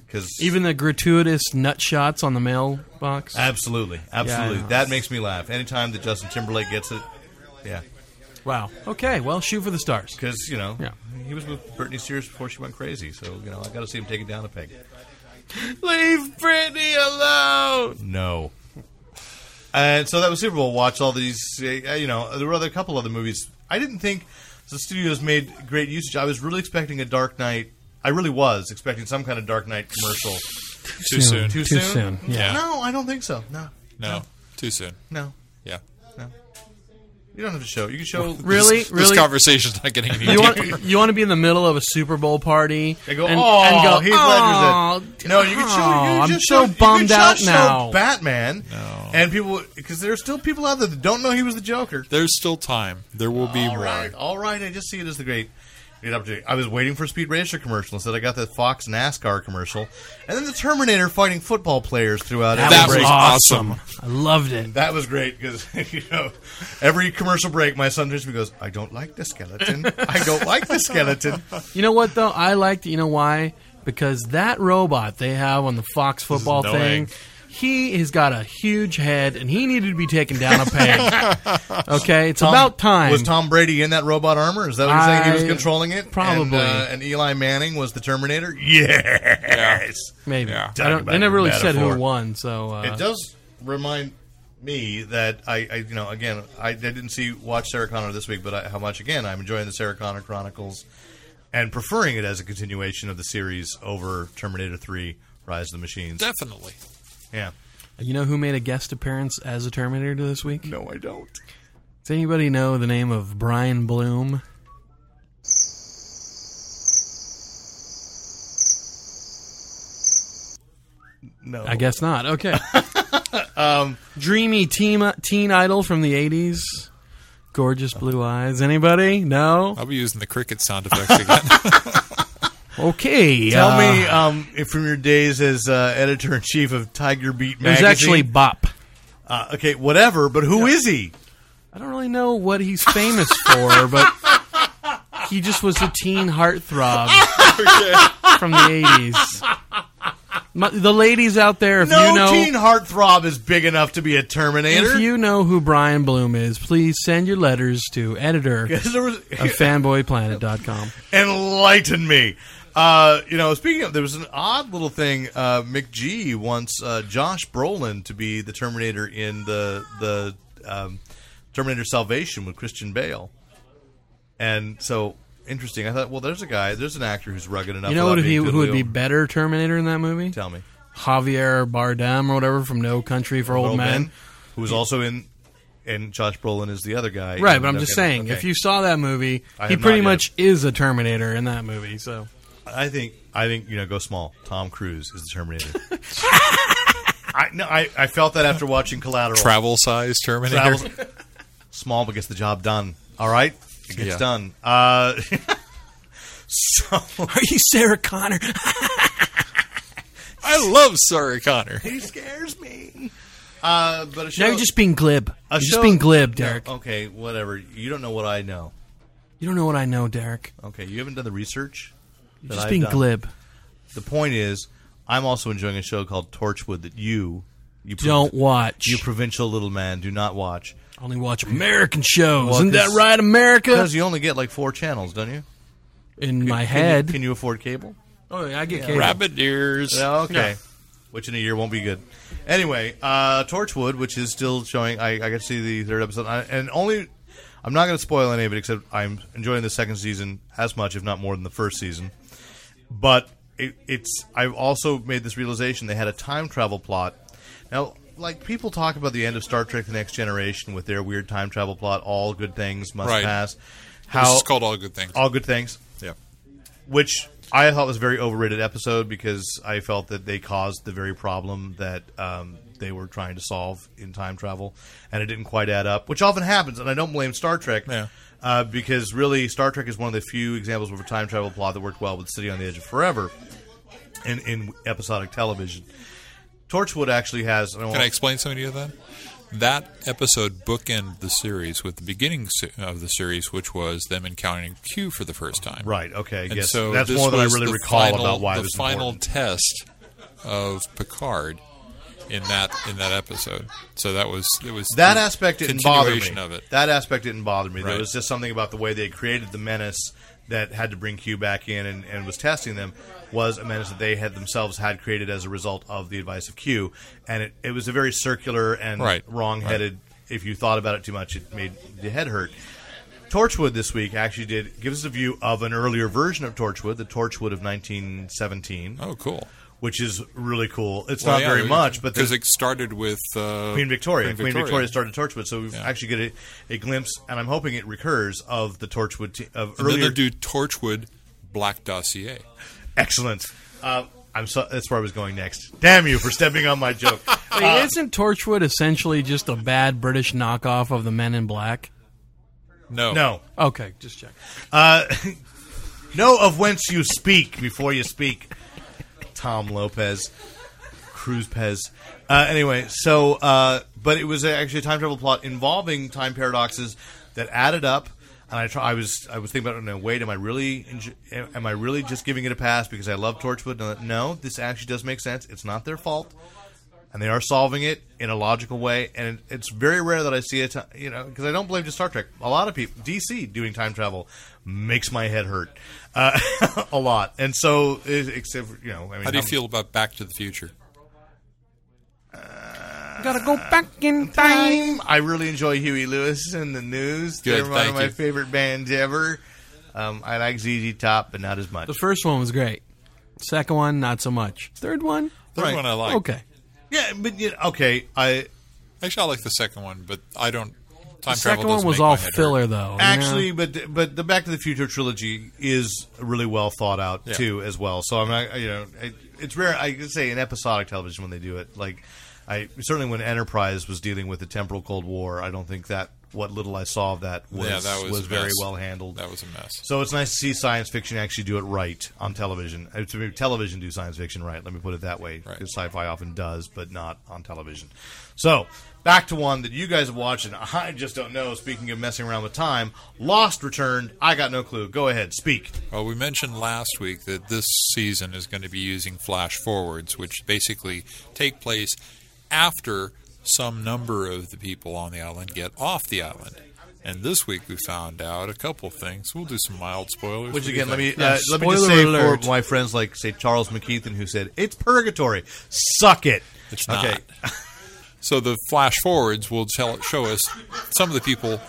because Hmm. Even the gratuitous nut shots on the mailbox. Uh, Absolutely, absolutely. Yeah, I know. that makes me laugh anytime that Justin Timberlake gets it. Yeah, Wow. Okay. Well, shoot for the stars. because you know Yeah. he was with Britney Spears before she went crazy. So you know I got to see him take it down a peg. Leave Britney alone. No. And so that was Super Bowl. Watch all these. Uh, you know, there were other couple other movies. I didn't think the studios made great usage. I was really expecting a Dark Knight. I really was expecting some kind of Dark Knight commercial. too soon. Too, Too soon. Yeah. No, I don't think so. No. No, too soon. No. Yeah, You don't have to show. You can show. Really, This, really. this conversation's not getting any. you deeper. want you want to be in the middle of a Super Bowl party They go, and, oh, and go, Heath oh, Ledger's in. No, you can show. You oh, just I'm show, so bummed you can out just now. Show Batman, and people because there are still people out there that don't know he was the Joker. There's still time. There will be All more. right, all right. I just see it as the great. great opportunity. I was waiting for a Speed Racer commercial. Instead, I got the Fox NASCAR commercial, and then the Terminator fighting football players throughout. every That was break. awesome. I loved it. That was great because you know every commercial break, my son just goes, "I don't like the skeleton. I don't like the skeleton." You know what though? I liked. You know why? because that robot they have on the Fox football annoying. thing, he has got a huge head and he needed to be taken down a peg. okay, it's about time. Was Tom Brady in that robot armor? Is that what you're saying? He was I- controlling it? And, probably. uh, and Eli Manning was the Terminator? Yes. Maybe Yeah. I don't. They never really said who Metaphor. won. So uh, It does remind me that I, I you know, again, I, I didn't see watch Sarah Connor this week, but I, how much again I'm enjoying the Sarah Connor Chronicles and preferring it as a continuation of the series over Terminator Three: Rise of the Machines. Definitely. Yeah. you know who made a guest appearance as a Terminator this week? No, I don't. Does anybody know the name of Brian Bloom? No. I guess not. Okay. um, Dreamy teen, teen idol from the 80s. Gorgeous blue eyes. Anybody? No? I'll be using the cricket sound effects again. Okay. Tell uh, me um, if from your days as uh, editor in chief of Tiger Beat It was magazine. actually Bop. uh, okay, whatever. But who is he? I don't really know what he's famous for, but he just was a teen heartthrob from the 80s. My- the ladies out there, if No you know. teen heartthrob is big enough to be a Terminator. if you know who Brian Bloom is, please send your letters to editor 'Cause there was- of fanboyplanet.com. enlighten me. Uh, you know, speaking of, there was an odd little thing. Uh, McGee wants uh, Josh Brolin to be the Terminator in the the um, Terminator Salvation with Christian Bale, and so interesting. I thought, well, there's a guy, there's an actor who's rugged enough. You know without what he, being who would be totally- better Terminator in that movie? Tell me, Javier Bardem or whatever from No Country for Old, Brolin, Men. who was also in, and Josh Brolin is the other guy, Right, in- but I'm okay, just saying, if okay. you saw that movie, I he have pretty not yet. much is a Terminator in that movie. So I think I think you know go small. Tom Cruise is the Terminator. I no, I, I felt that after watching Collateral. Travel size Terminator. Travels- small but gets the job done. All right, it gets Yeah. done. Uh, so are you Sarah Connor? I love Sarah Connor. he scares me. Uh, but a show, now you're just being glib. a You're show- just being glib, Derek. No, Oh. okay, whatever. You don't know what I know. You don't know what I know, Derek. Okay, you haven't done the research. You're that just I've being done. glib. The point is, I'm also enjoying a show called Torchwood that you you prov- Don't watch. you provincial little man do not watch Only watch American shows. Well, Isn't that 'cause- right, America? because you only get like four channels, don't you? In my Can you- head. Can you, afford cable? oh, yeah, I get cable. Rabbit ears. Yeah, Oh, okay. Yeah. Which in a year won't be good. Anyway, uh, Torchwood, which is still showing, I, I got to see the third episode, I, and only I'm not going to spoil any of it, except I'm enjoying the second season as much, if not more, than the first season. But it, it's I've also made this realization they had a time travel plot. Now, like people talk about the end of Star Trek: The Next Generation with their weird time travel plot, all good things must Right. pass. This How is called All Good Things. all good things yeah. which I thought was a very overrated episode because I felt that they caused the very problem that um, they were trying to solve in time travel, and it didn't quite add up, which often happens. And I don't blame Star Trek Yeah. uh, because really Star Trek is one of the few examples of a time travel plot that worked well with City on the Edge of Forever in, in episodic television. Torchwood actually has. I don't Can I want- explain something to you then? That episode bookended the series with the beginning se- of the series, which was them encountering Q for the first time. right? Okay. And yes. so That's this more than I was really the recall final- about why the it was final important. test of Picard in that in that episode. So that was it was That the aspect didn't bother me. continuation of it. That aspect didn't bother me. There Right. was just something about the way they created the menace that had to bring Q back in and, and was testing them was a menace that they had themselves had created as a result of the advice of Q, and it, it was a very circular and Right. wrong-headed. If you thought about it too much, it made the head hurt. Torchwood this week actually did gives us a view of an earlier version of Torchwood, the Torchwood of 1917, oh, cool. which is really cool. It's Well, not yeah, very we- much, but because the- it started with uh, Queen Victoria. Queen Victoria, started Torchwood, so we have actually get a, a glimpse, and I'm hoping it recurs of the Torchwood te- of And then earlier. they'll do Torchwood Black Dossier. Excellent. Uh, I'm so that's where I was going next. Damn you for stepping on my joke. Wait, isn't Torchwood essentially just a bad British knockoff of the Men in Black? No, No, Uh, Okay, just check. know of whence you speak before you speak. Tom Lopez, Cruz Pez. Uh, anyway, so uh, but it was actually a time travel plot involving time paradoxes that added up. And I try, I was I was thinking about it. No, wait, am I really enj- am I really just giving it a pass because I love Torchwood? No, No, this actually does make sense. It's not their fault, and they are solving it in a logical way. And it, it's very rare that I see it. You know, because I don't blame just Star Trek. A lot of people, DC doing time travel makes my head hurt uh, a lot. And so, it, except you know, I mean, How do you I'm- feel about Back to the Future? Gotta go back in time. I really enjoy Huey Lewis and the News. Good, They're one of thank my you. favorite bands ever. Um, I like ZZ Top, but not as much. The first one was great. Second one, not so much. Third one, Third Right. one I like. okay. yeah, but you know, okay, I Actually, I like the second one, but I don't. The Time second travel one doesn't was make my all head hurt. filler, though. you know? actually, but but the Back to the Future trilogy is really well thought out Yeah. too, as well. So I'm not, you know, it, it's rare. I could say in episodic television when they do it, like I certainly when Enterprise was dealing with the temporal Cold War, I don't think that what little I saw of that was yeah, that was, a very mess. well handled. That was a mess. So it's nice to see science fiction actually do it right on television. Uh, To me, television do science fiction right. Let me put it that way. Right. 'Cause Sci-fi often does, but not on television. So back to one that you guys have watched, and I just don't know. Speaking of messing around with time, Lost returned. I got no clue. Go ahead, speak. Well, we mentioned last week that this season is going to be using flash forwards, which basically take place after some number of the people on the island get off the island. And this week we found out a couple things. We'll do some mild spoilers. What Which do you again, let think? me Yeah, uh, let me just spoiler say alert. for my friends like say Charles McKeithen, who said it's purgatory. Suck it. It's not. so the flash forwards will tell, show us some of the people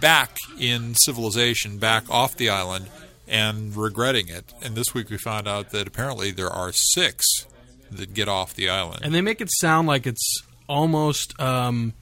back in civilization, back off the island, and regretting it. And this week we found out that apparently there are six that get off the island. and they make it sound like it's almost um,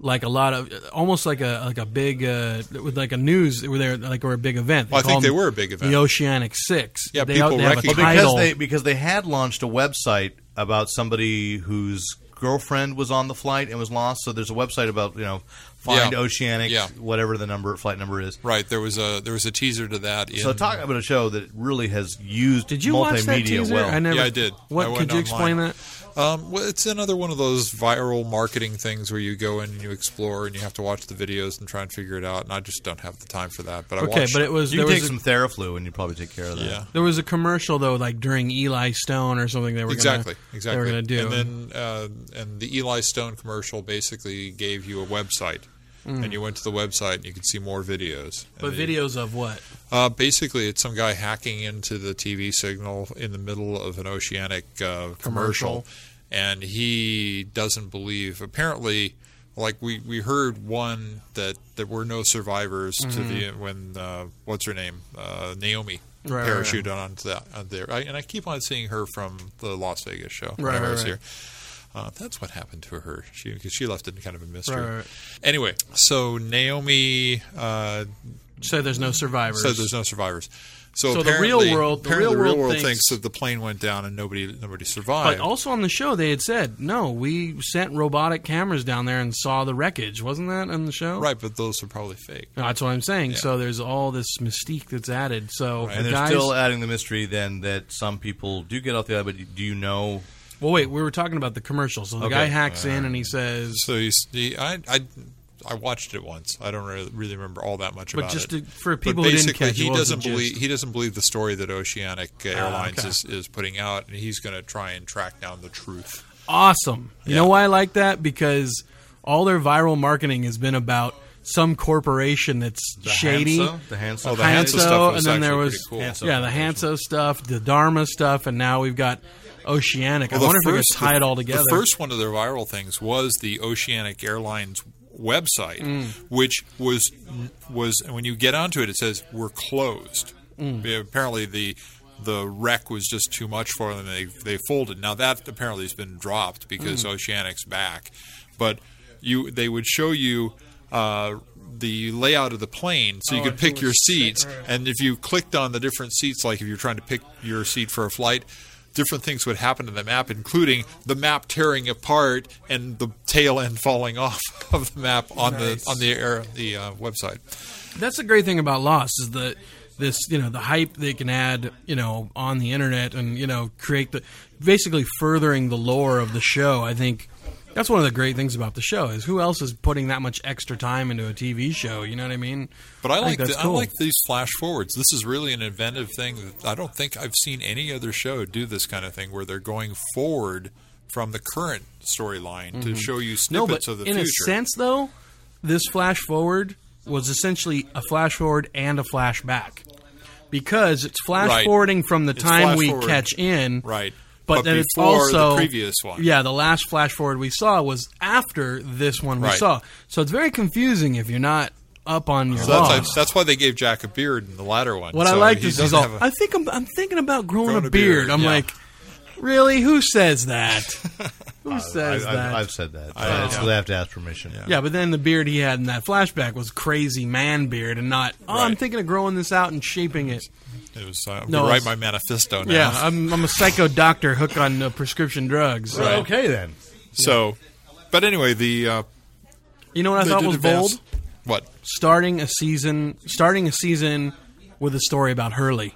like a lot of almost like a like a big uh, with like a news where they're like or a big event. Well, I think call they them were a big event. The Oceanic Six. Yeah, they, people they have a recognize- Well, title. because they because they had launched a website about somebody whose girlfriend was on the flight and was lost. So there's a website about you know find Yeah. oceanic Yeah. whatever the number flight number is. Right, there was a there was a teaser to that. In, So talk about a show that really has used did you watch multimedia that teaser? well. I never. Yeah, I did. What I went could you explain online. that? Um, well, it's another one of those viral marketing things where you go in and you explore and you have to watch the videos and try and figure it out. And I just don't have the time for that. But I Okay, watched, but it was you there can take was a, some Theraflu and you probably take care of that. yeah. there was a commercial though, like during Eli Stone or something. They were exactly gonna, exactly They were going to do. and then uh, and the eli stone commercial basically gave you a website Mm. and you went to the website and you could see more videos And but they- videos of what? uh, basically it's some guy hacking into the tv signal in the middle of an oceanic uh, commercial and he doesn't believe apparently like we, we heard one that there were no survivors to the when uh, what's her name uh, Naomi Mm-hmm. Right, right, parachuted onto that on there I, and I keep on seeing her from the Las Vegas show Right, whenever right, I see right. her. Uh, that's what happened to her. She because she left it in kind of a mystery. Right, right, right. Anyway, so Naomi uh, So there's no survivors. said there's no survivors. So, So the real apparently- world- the apparently real world thinks, thinks- that the plane went down and nobody nobody survived. But also on the show, they had said, no, we sent robotic cameras down there and saw the wreckage. Wasn't that on the show? right, but those are probably fake. No, that's what I'm saying. So there's all this mystique that's added. So And the they're guys. still adding the mystery then that some people do get off the island, but do you know? well, wait, we were talking about the commercial. So the Okay. guy hacks Uh, in and he says, So you, s- the- I, I I watched it once. I don't really, really remember all that much But about just it. to- for But people who didn't basically, catch it, he what was the doesn't believe gist? Ah, he doesn't believe the story that Oceanic uh, Airlines okay. is, is putting out, and he's going to try and track down the truth. awesome. You know Yeah. why I like that? Because all their viral marketing has been about some corporation that's The shady. Hansa? The Hansa? Oh, the Hanso, Hansa stuff was and then actually there pretty was cool. Hansa yeah the Hanso stuff, the Dharma stuff, and now we've got Oceanic. I Well, the wonder if we could first- tie it all the- together. The first one of their viral things was the Oceanic Airlines website, Mm. which was was and when you get onto it, it says we're closed. Mm. Yeah, apparently the the wreck was just too much for them. They they folded. Now that apparently has been dropped because Mm. Oceanic's back, but you they would show you. Uh, the layout of the plane, Oh, so you could pick your seats, and if you clicked on the different seats, like if you're trying to pick your seat for a flight, different things would happen to the map, including the map tearing apart and the tail end falling off of the map on Nice. the on the air the uh, website. That's the great thing about Lost is that this you know the hype they can add you know on the internet and you know create the basically furthering the lore of the show. I think. I That's one of the great things about the show is who else is putting that much extra time into a TV show? You know what I mean? But I like think the, that's I like these flash forwards. This is really an inventive thing that I don't think I've seen any other show do this kind of thing where they're going forward from the current storyline to show you Mm-hmm. no, snippets but of the in future. a sense, though, this flash forward was essentially a flash forward and a flashback because it's flash Right. forwarding from the It's time flash we forward. catch in, Right. But, But then it's before the also previous one. Yeah, the last flash forward we saw was after this one we Right. saw. So it's very confusing if you're not up on your So that's, laws. like- that's why they gave Jack a beard in the latter one. What I So liked he is he's doesn't all. have a- I think I'm, I'm thinking about growing, Growing a a beard. beard, I'm yeah. like, really? Who says that? Who says I, that? I, I've said that. Uh, so they have to ask permission. yeah, but then the beard he had in that flashback was crazy man beard, and not. Oh, I'm Right. thinking of growing this out and shaping it. It was uh, No, write it's- my manifesto now. Yeah, I'm, I'm a psycho doctor hooked on uh, prescription drugs. Right. Okay then. so, but anyway, the uh, You know what I they thought did was advance- bold? What? starting a season starting a season with a story about Hurley.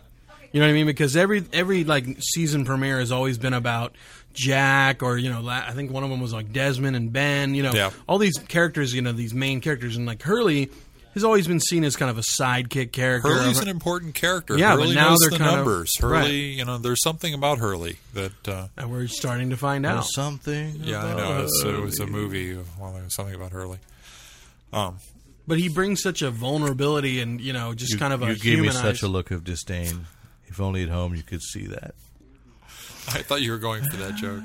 You know what I mean? Because every every like season premiere has always been about Jack or you know la- I think one of them was like Desmond and Ben. You know Yeah. all these characters. You know these main characters and like Hurley has always been seen as kind of a sidekick character. Hurley's an important character. Yeah, but Hurley now knows they're the kind of- numbers. Hurley, right. you know, there's something about Hurley that. Uh, and we're starting to find out. Something. yeah, I know. It's, it was a movie. Well, there was something about Hurley. Um, But he brings such a vulnerability and you know just You, kind of a you gave me humanized- such a look of disdain. If only at home you could see that. I thought you were going for that joke.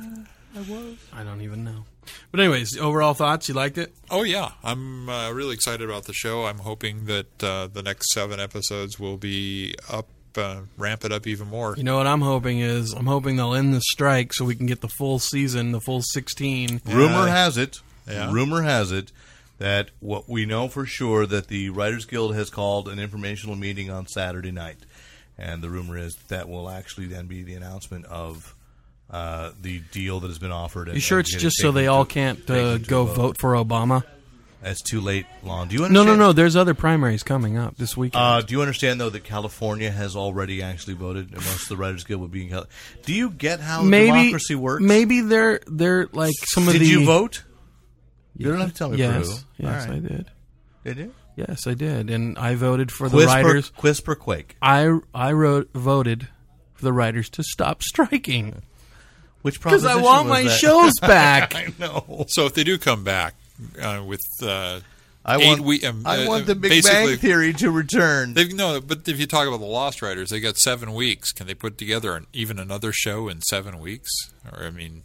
I don't even know. But anyways, overall thoughts. You liked it? Oh yeah, I'm uh, really excited about the show. I'm hoping that uh, the next seven episodes will be up, uh, ramp it up even more. You know what I'm hoping is I'm hoping they'll end the strike so we can get the full season, the full 16. Rumor has it. Yeah. Rumor has it that what we know for sure that the Writers Guild has called an informational meeting on Saturday night, and the rumor is that will actually then be the announcement of uh, the deal that has been offered. And, You sure and it's get it just so taken they all to- can't taken uh, to go vote for Obama? That's too late, Lon. Do you No, understand? no, no. There's other primaries coming up this weekend. Uh, do you understand though that California has already actually voted, and most of the Writers Guild would be in California? Do you get how maybe democracy works? Maybe they're they're like some of Did the. you vote? You don't have to tell me Yes, for who. yes, All right. I did. Did you? Yes, I did, and I voted for the Quisper, writers. Quisper Quake. I I wrote voted for the writers to stop striking Which because I want my shows back. I know. So if they do come back uh, with uh, I eight want. we- um, I uh, want the Big basically- Bang Theory to return. They've no, but if you talk about the Lost Writers, they got seven weeks. Can they put together an, even another show in seven weeks? Or I mean,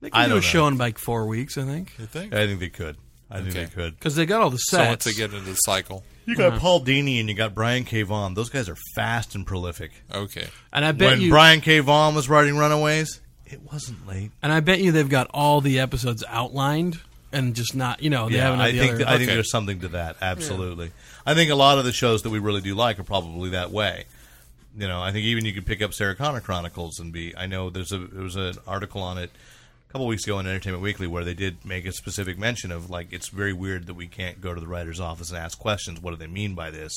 They can I do don't a know. show in like four weeks, I think, you think? I think they could. I think Okay. they could. because they got all the so sets. once they get into the cycle, You got Uh-huh. Paul Dini and you got Brian K. Vaughan. Those guys are fast and prolific. okay. and I bet when you Brian K. Vaughan was writing Runaways, it wasn't late. And I bet you they've got all the episodes outlined and just not, you know, they haven't. I had the think other- I think Okay. there's something to that. Absolutely, I think a lot of the shows that we really do like are probably that way. You know, I think even you could pick up Sarah Connor Chronicles and be. I know there's a there was an article on it a couple weeks ago in Entertainment Weekly where they did make a specific mention of like it's very weird that we can't go to the writer's office and ask questions. What do they mean by this?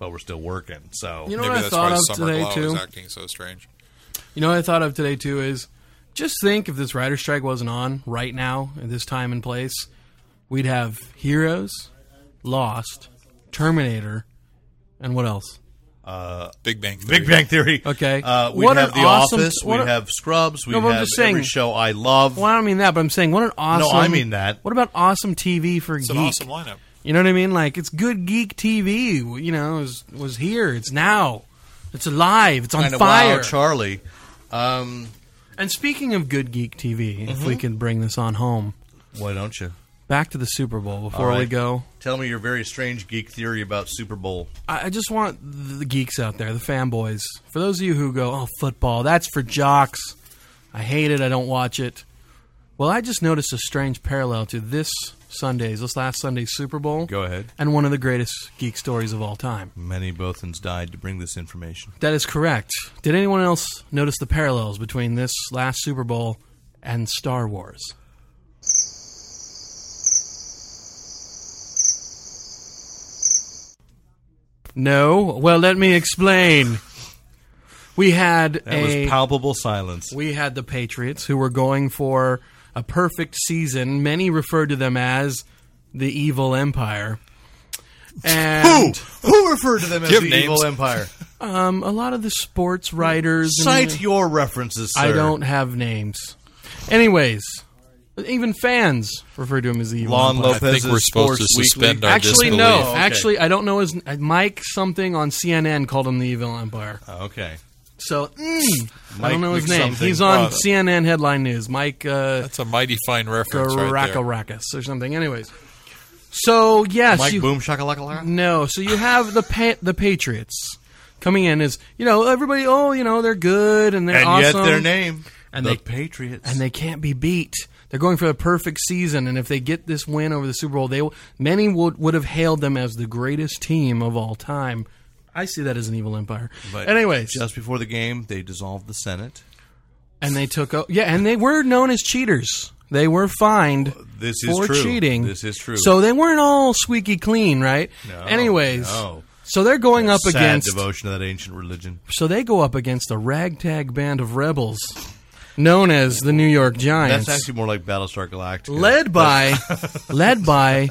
But we're still working. So Hmm. You know Maybe what I that's thought why of Summer today Glau too. is acting so strange. You know what I thought of today too is just think if this writer strike wasn't on right now at this time and place, we'd have Heroes, Lost, Terminator, and what else? Big Bang. Theory. Big Bang Theory. Okay. Uh, we What have an The awesome- Office. what We a- have Scrubs. We No, but I'm have just saying- every show I love. Well, I don't mean that, but I'm saying what an awesome. I mean that. What about awesome TV for It's geek? an awesome lineup. You know what I mean? Like it's good geek TV. You know, was was here. It's now. It's alive. It's on Kinda fire. Wow, Charlie. Um, And speaking of good geek TV, if Mm-hmm. we can bring this on home, why don't you? back to the Super Bowl before All we right. go. Tell me your very strange geek theory about Super Bowl. I I just want the geeks out there, the fanboys. For those of you who go, "Oh, football, that's for jocks. I hate it. I don't watch it." Well, I just noticed a strange parallel to this Sunday's, this last Sunday's Super Bowl. Go ahead. And one of the greatest geek stories of all time. Many Bothans died to bring this information. That is correct. Did anyone else notice the parallels between this last Super Bowl and Star Wars? No? Well, let me explain. We had That a was palpable silence. we had the Patriots who were going for a perfect season. Many refer to them as the Evil Empire. Who? And Who referred to them as Give the names. evil empire? um, a lot of the sports writers. and- Cite your references, sir. I don't have names. Anyways, even fans refer to him as the Evil Lon Empire. I think Lopez's we're supposed to Sports Weekly. suspend our Actually, disbelief. no. Oh, okay. Actually, I don't know his Mike something on CNN called him the Evil Empire. Okay. So mm, I Mike don't know his name. something. He's on Wow. CNN headline news. Mike uh, That's a mighty fine reference right there. Karakarakaris or something. Anyways, so yes, Mike you, Boom Shakalaka. no. So you have the pa- the Patriots coming in as you know everybody. Oh, you know they're good and they're And awesome. yet their name, And the they- Patriots. and they can't be beat. They're going for the perfect season, and if they get this win over the Super Bowl, they will, many would would have hailed them as the greatest team of all time. I see that as an evil empire. But anyways, just before the game, they dissolved the Senate. and they took o- yeah, and they were known as cheaters. They were fined This is for true. cheating. This is true. So they weren't all squeaky clean, right? No, anyways, no. so they're going up Sad against devotion to that ancient religion. so they go up against a ragtag band of rebels known as the New York Giants. That's actually more like Battlestar Galactica. led by led by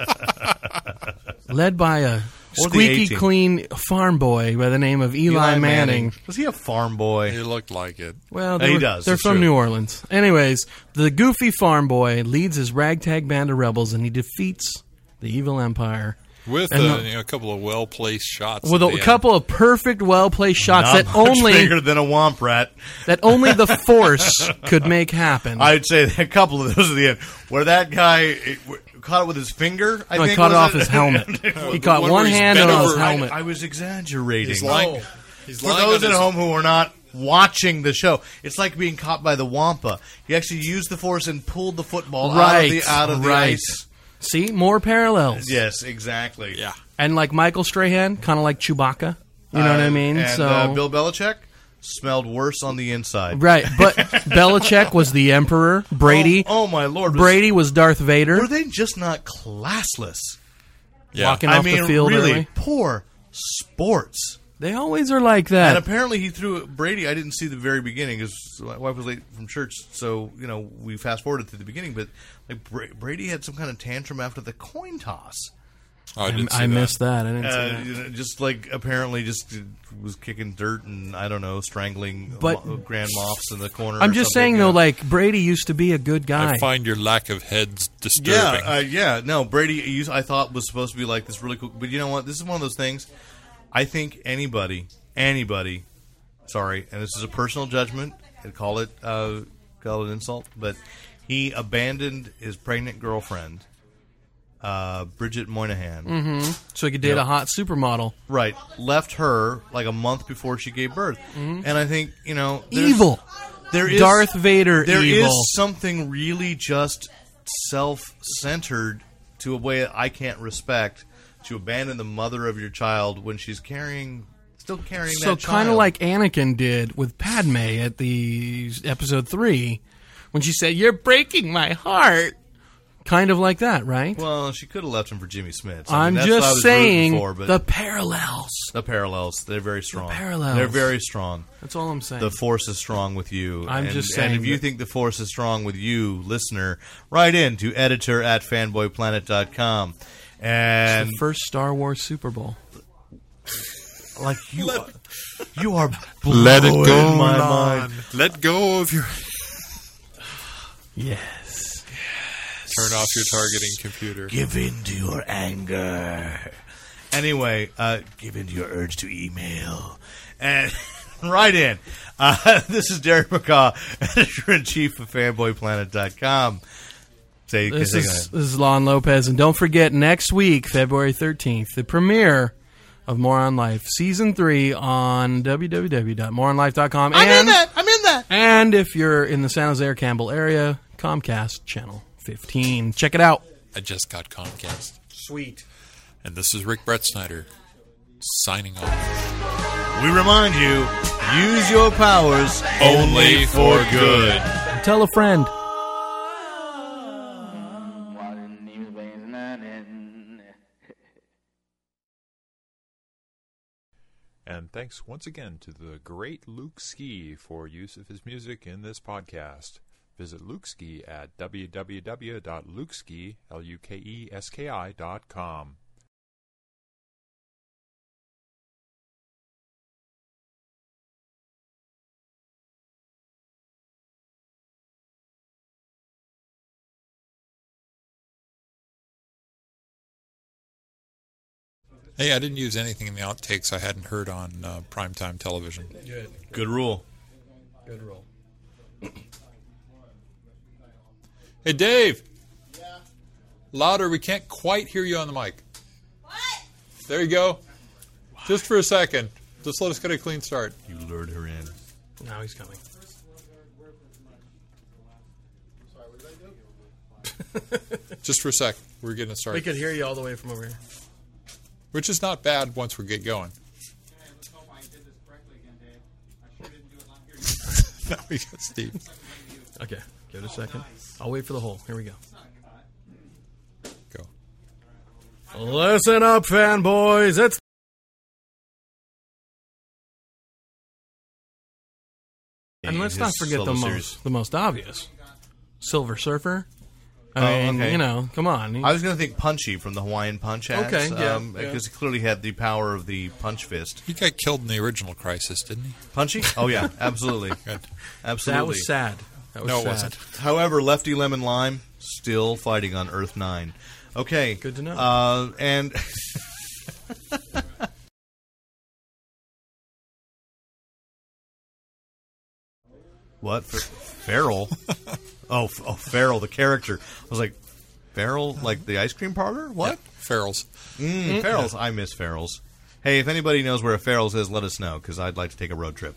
led by a Or the squeaky A-team. clean farm boy by the name of Eli, Eli Manning. Was he a farm boy? It looked like it. Well, He they were- does, They're it's from true. New Orleans. Anyways, the goofy farm boy leads his ragtag band of rebels, and he defeats the evil empire With And uh, the- you know, a couple of well placed shots. with at a the couple of perfect, well-placed shots that Not much only bigger than a womp rat. that only the force could make happen. I'd say a couple of those at the end where that guy it, w- caught it with his finger. I No, he think, caught it off was his helmet. he caught one one where he's hand bent on his over- I- helmet. I, was exaggerating. He's lying. He's Oh, For lying those on at his- home who are not watching the show, it's like being caught by the wampa. He actually used the force and pulled the football out of right, the out of right. the ice. See, more parallels. Yes, exactly. Yeah. and like Michael Strahan, kind of like Chewbacca. You know what I mean? And so uh, Bill Belichick smelled worse on the inside. right, but Belichick was the Emperor. Brady, Oh, oh my lord, was- Brady was Darth Were Vader they just not classless? Yeah. walking I off mean, the field. really early. poor sports. they always are like And that. apparently he threw Brady. I didn't see the very beginning because my wife was late from church, so you know we fast forwarded to the beginning. But like Bra- Brady had some kind of tantrum after the coin toss. Oh, I, I, didn't see I that. missed that. I didn't see Uh, that. you know, just like apparently just was kicking dirt and I don't know strangling But- Mo- Grand Moffs in the corner. I'm or just something, saying you though, know. like Brady used to be a good guy. I find your lack of heads disturbing. yeah, uh, yeah, no Brady. You, I thought was supposed to be like this really cool, but you know what? This is one of those things. I think anybody, anybody, sorry, and this is a personal judgment. I'd call it uh, call it insult, but he abandoned his pregnant girlfriend, uh, Bridget Moynihan. so he could date a hot supermodel. Right, left her like a month before she gave birth, and I think you know there's- Mm-hmm. Evil. There is Darth Vader There is evil. something really just self-centered to a way I can't respect to abandon the mother of your child when she's carrying, still carrying So that kind of child. like Anakin did with Padme at the episode three, when she said, "You're breaking my heart." Kind of like that, right? Well, she could have left him for Jimmy Smith. I I'm mean, that's what I just was rooting saying for, but the parallels. the parallels they're very strong. parallels. They're very strong. That's all I'm saying. the force is strong with you. I'm and, just And saying if you that- think the force is strong with you, listener, write in to editor at fanboyplanet.com. It's And the first Star Wars Super Bowl. like you, are, you are Let it blowing go, My Lon. mind. Let go of your. Yes. Turn off your targeting computer. Give in to your anger. Anyway, uh, give in to your urge to email and write in. Uh, this is Derek McCaw, editor in chief of fanboyplanet.com. Say, This say is this is Lon Lopez, and don't forget next week, February 13th, the premiere of Moron Life season three on www.moronlife.com. I'm and, in that. I'm in that. And if you're in the San Jose or Campbell area, Comcast channel 15. Check it out. I just got Comcast. Sweet. And this is Rick Brett Snyder signing off. We remind you, use your powers only for good. Tell a friend. While he was blazing an end. And thanks once again to the great Luke Ski for use of his music in this podcast. Visit Lukeski at www.lukeski, L-U-K-E-S-K-I dot com. Hey, I didn't use anything in the outtakes I hadn't heard on uh, primetime television. Good. Good rule. Good roll. Hey, Dave. Yeah. Louder. We can't quite hear you on the mic. What? There you go. Just for a second. Just let us get a clean start. You lured her in. Now he's coming. Just for a second. We're getting started. We could hear you all the way from over here. which is not bad once we get going. now we got Steve. Okay, give it a second. I'll wait for the hole. Here we go. Go. Listen up, fanboys. It's and let's not His forget the solo most series. the most obvious, Silver Surfer. Oh, I mean, okay. you know, come on. I was going to think Punchy from the Hawaiian Punch Axe. Okay, yeah, um, yeah. Because he clearly had the power of the punch fist. He got killed in the original Crisis, didn't he? Punchy? Oh, yeah, absolutely. Good. Absolutely. that was sad. That was No, it sad. wasn't. However, Lefty Lemon Lime still fighting on Earth 9. Okay. Good to know. Uh, and what? Fer- Farrell? oh, F- oh, Farrell, the character. I was like, Farrell, like the ice cream parlor? What? Farrell's. Mm, Farrell's. I miss Farrell's. Hey, if anybody knows where a Farrell's is, let us know because I'd like to take a road trip.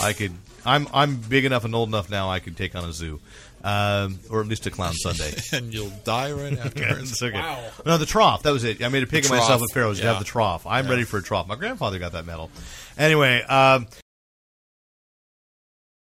I could. I'm I'm big enough and old enough now. I could take on a zoo, um, or at least a clown Sunday. And you'll die right afterwards. It's okay. No, the trough. That was it. I made a pig The of myself trough, at Pharaoh's to yeah. have the trough. I'm ready for a trough. My grandfather got that medal. Anyway, um,